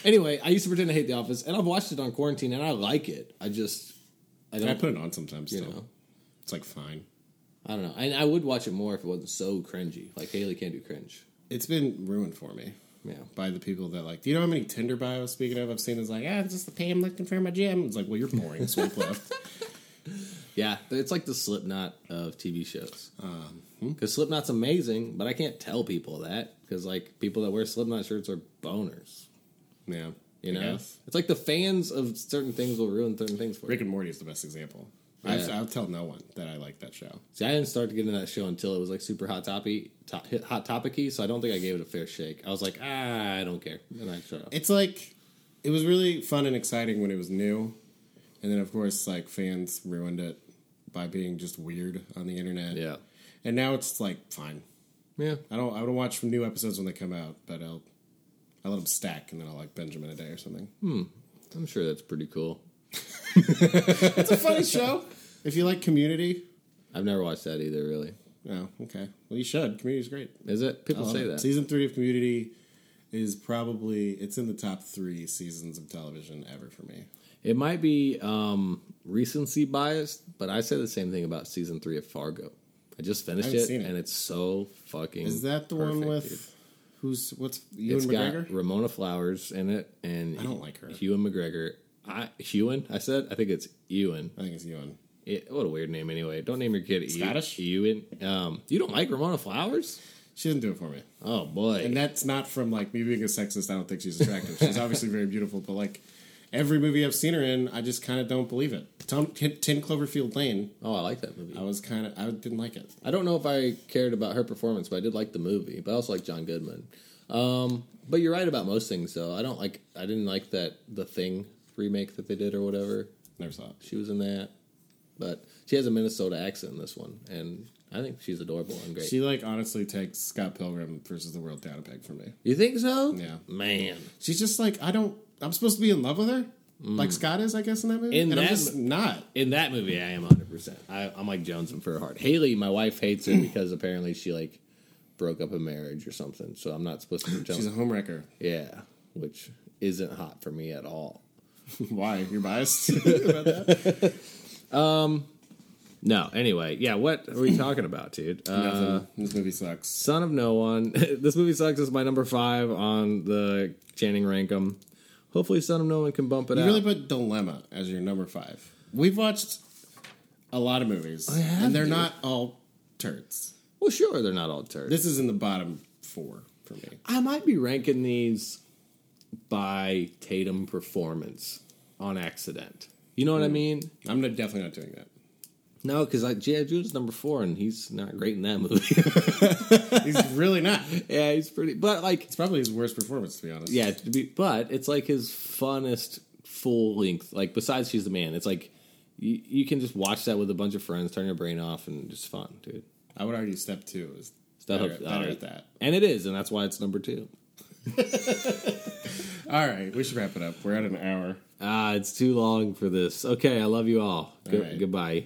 S10: Anyway, I used to pretend to hate The Office, and I've watched it on quarantine, and I like it. I just, I don't,
S11: I put it on sometimes.
S10: you
S11: Still,
S10: know.
S11: it's like fine.
S10: I don't know. And I would watch it more if it wasn't so cringy. Like Haley can't do cringe.
S11: It's been ruined for me
S10: Yeah.
S11: by the people that like. Do you know how many Tinder bios? Speaking of, I've seen is like, ah, it's just the pay I'm looking for in my gym. It's like, well, you're boring. Swipe left.
S10: Yeah, it's like the Slipknot of TV shows.
S11: Um, hmm.
S10: Because Slipknot's amazing, but I can't tell people that because like people that wear Slipknot shirts are boners.
S11: Yeah,
S10: You
S11: I
S10: know,
S11: guess.
S10: it's like the fans of certain things will ruin certain things for you.
S11: Rick and Morty is the best example. I've,
S10: Yeah.
S11: I'll tell no one that I like that show.
S10: See, I didn't start to get into that show until it was like super hot topic, top, hit- hot topicy. So I don't think I gave it a fair shake. I was like, ah, I don't care, and I shut up.
S11: it's like it was really fun and exciting when it was new and then of course like fans ruined it by being just weird on the internet
S10: Yeah.
S11: and now it's like fine
S10: yeah,
S11: i don't i don't watch new episodes when they come out but i'll i let them stack and then i'll like benjamin a day or something
S10: I'm sure that's pretty cool.
S11: it's a funny show if you like community
S10: I've never watched that either. Really,
S11: oh okay well you should community's great
S10: is it? People
S11: I love
S10: say
S11: it.
S10: that.
S11: season three of community is probably it's in the top three seasons of television ever for me
S10: It might be um, recency biased, but I say the same thing about season three of Fargo. I just finished
S11: haven't
S10: it,
S11: seen it.
S10: and it's so fucking.
S11: Is that the one
S10: perfect,
S11: with
S10: dude.
S11: who's what's Ewan
S10: It's
S11: McGregor?
S10: got Ramona Flowers in it, and
S11: I don't like her.
S10: Ewan McGregor. I Ewan. I said I think it's Ewan.
S11: I think it's Ewan.
S10: It, what a weird name, anyway. Don't name your kid Ew-
S11: Scottish?
S10: Ewan. Um, you don't like Ramona Flowers?
S11: She didn't do it for me,
S10: Oh boy.
S11: and that's not from like me being a sexist. I don't think she's attractive. she's obviously very beautiful, but like every movie I've seen her in, I just kind of don't believe it. Tom, Ten, Ten Cloverfield Lane,
S10: oh, I like that movie.
S11: I was kind of I didn't like it.
S10: I don't know if I cared about her performance, but I did like the movie. But I also like John Goodman. Um, but you're right about most things, though. I don't like. I didn't like that the thing remake that they did or whatever.
S11: Never saw it.
S10: She was in that, but she has a Minnesota accent in this one, and I think she's adorable and great.
S11: She like honestly takes Scott Pilgrim versus the World down a peg for me.
S10: you think so?
S11: Yeah.
S10: man.
S11: She's just like I don't. I'm supposed to be in love with her, like Scott is, I guess, in that movie.
S10: Mm. In
S11: and
S10: that
S11: I'm just
S10: mo-
S11: not.
S10: In that movie, I am 100. percent I'm like Jones and her heart. Haley, my wife, hates it because apparently she like broke up a marriage or something. So I'm not supposed to pretend.
S11: She's a homewrecker.
S10: yeah, which isn't hot for me at all.
S11: Why? You're biased.
S10: No. Anyway, yeah. What are we talking about, dude? Uh,
S11: Nothing. this movie sucks.
S10: Son of No One. this movie sucks. Is my number five on the Channing Rankum. Hopefully, Son of No One can bump it
S11: You
S10: out.
S11: really put Dilemma as your number five. We've watched a lot of movies,
S10: have,
S11: and they're
S10: dude.
S11: not all turds.
S10: well, sure, they're not all turds.
S11: This is in the bottom four for me.
S10: I might be ranking these by Tatum performance on accident. You know
S11: Mm.
S10: what I mean?
S11: I'm not, definitely not doing that.
S10: No, because like G.I. Jude's number four, and he's not great in that movie.
S11: He's really not.
S10: yeah, he's pretty, but like,
S11: It's probably his worst performance, to be honest.
S10: yeah, to be, but it's like his funnest full length. Like, besides, she's the man. It's like you, you can just watch that with a bunch of friends, turn your brain off, and just fun, dude.
S11: I would argue step two is
S10: Step
S11: better,
S10: up-
S11: better
S10: uh,
S11: at that.
S10: And it is, and that's why it's number two.
S11: All right, we should wrap it up. We're at an hour.
S10: Ah, it's too long for this. Okay, I love you all. Good,
S11: All right.
S10: Goodbye.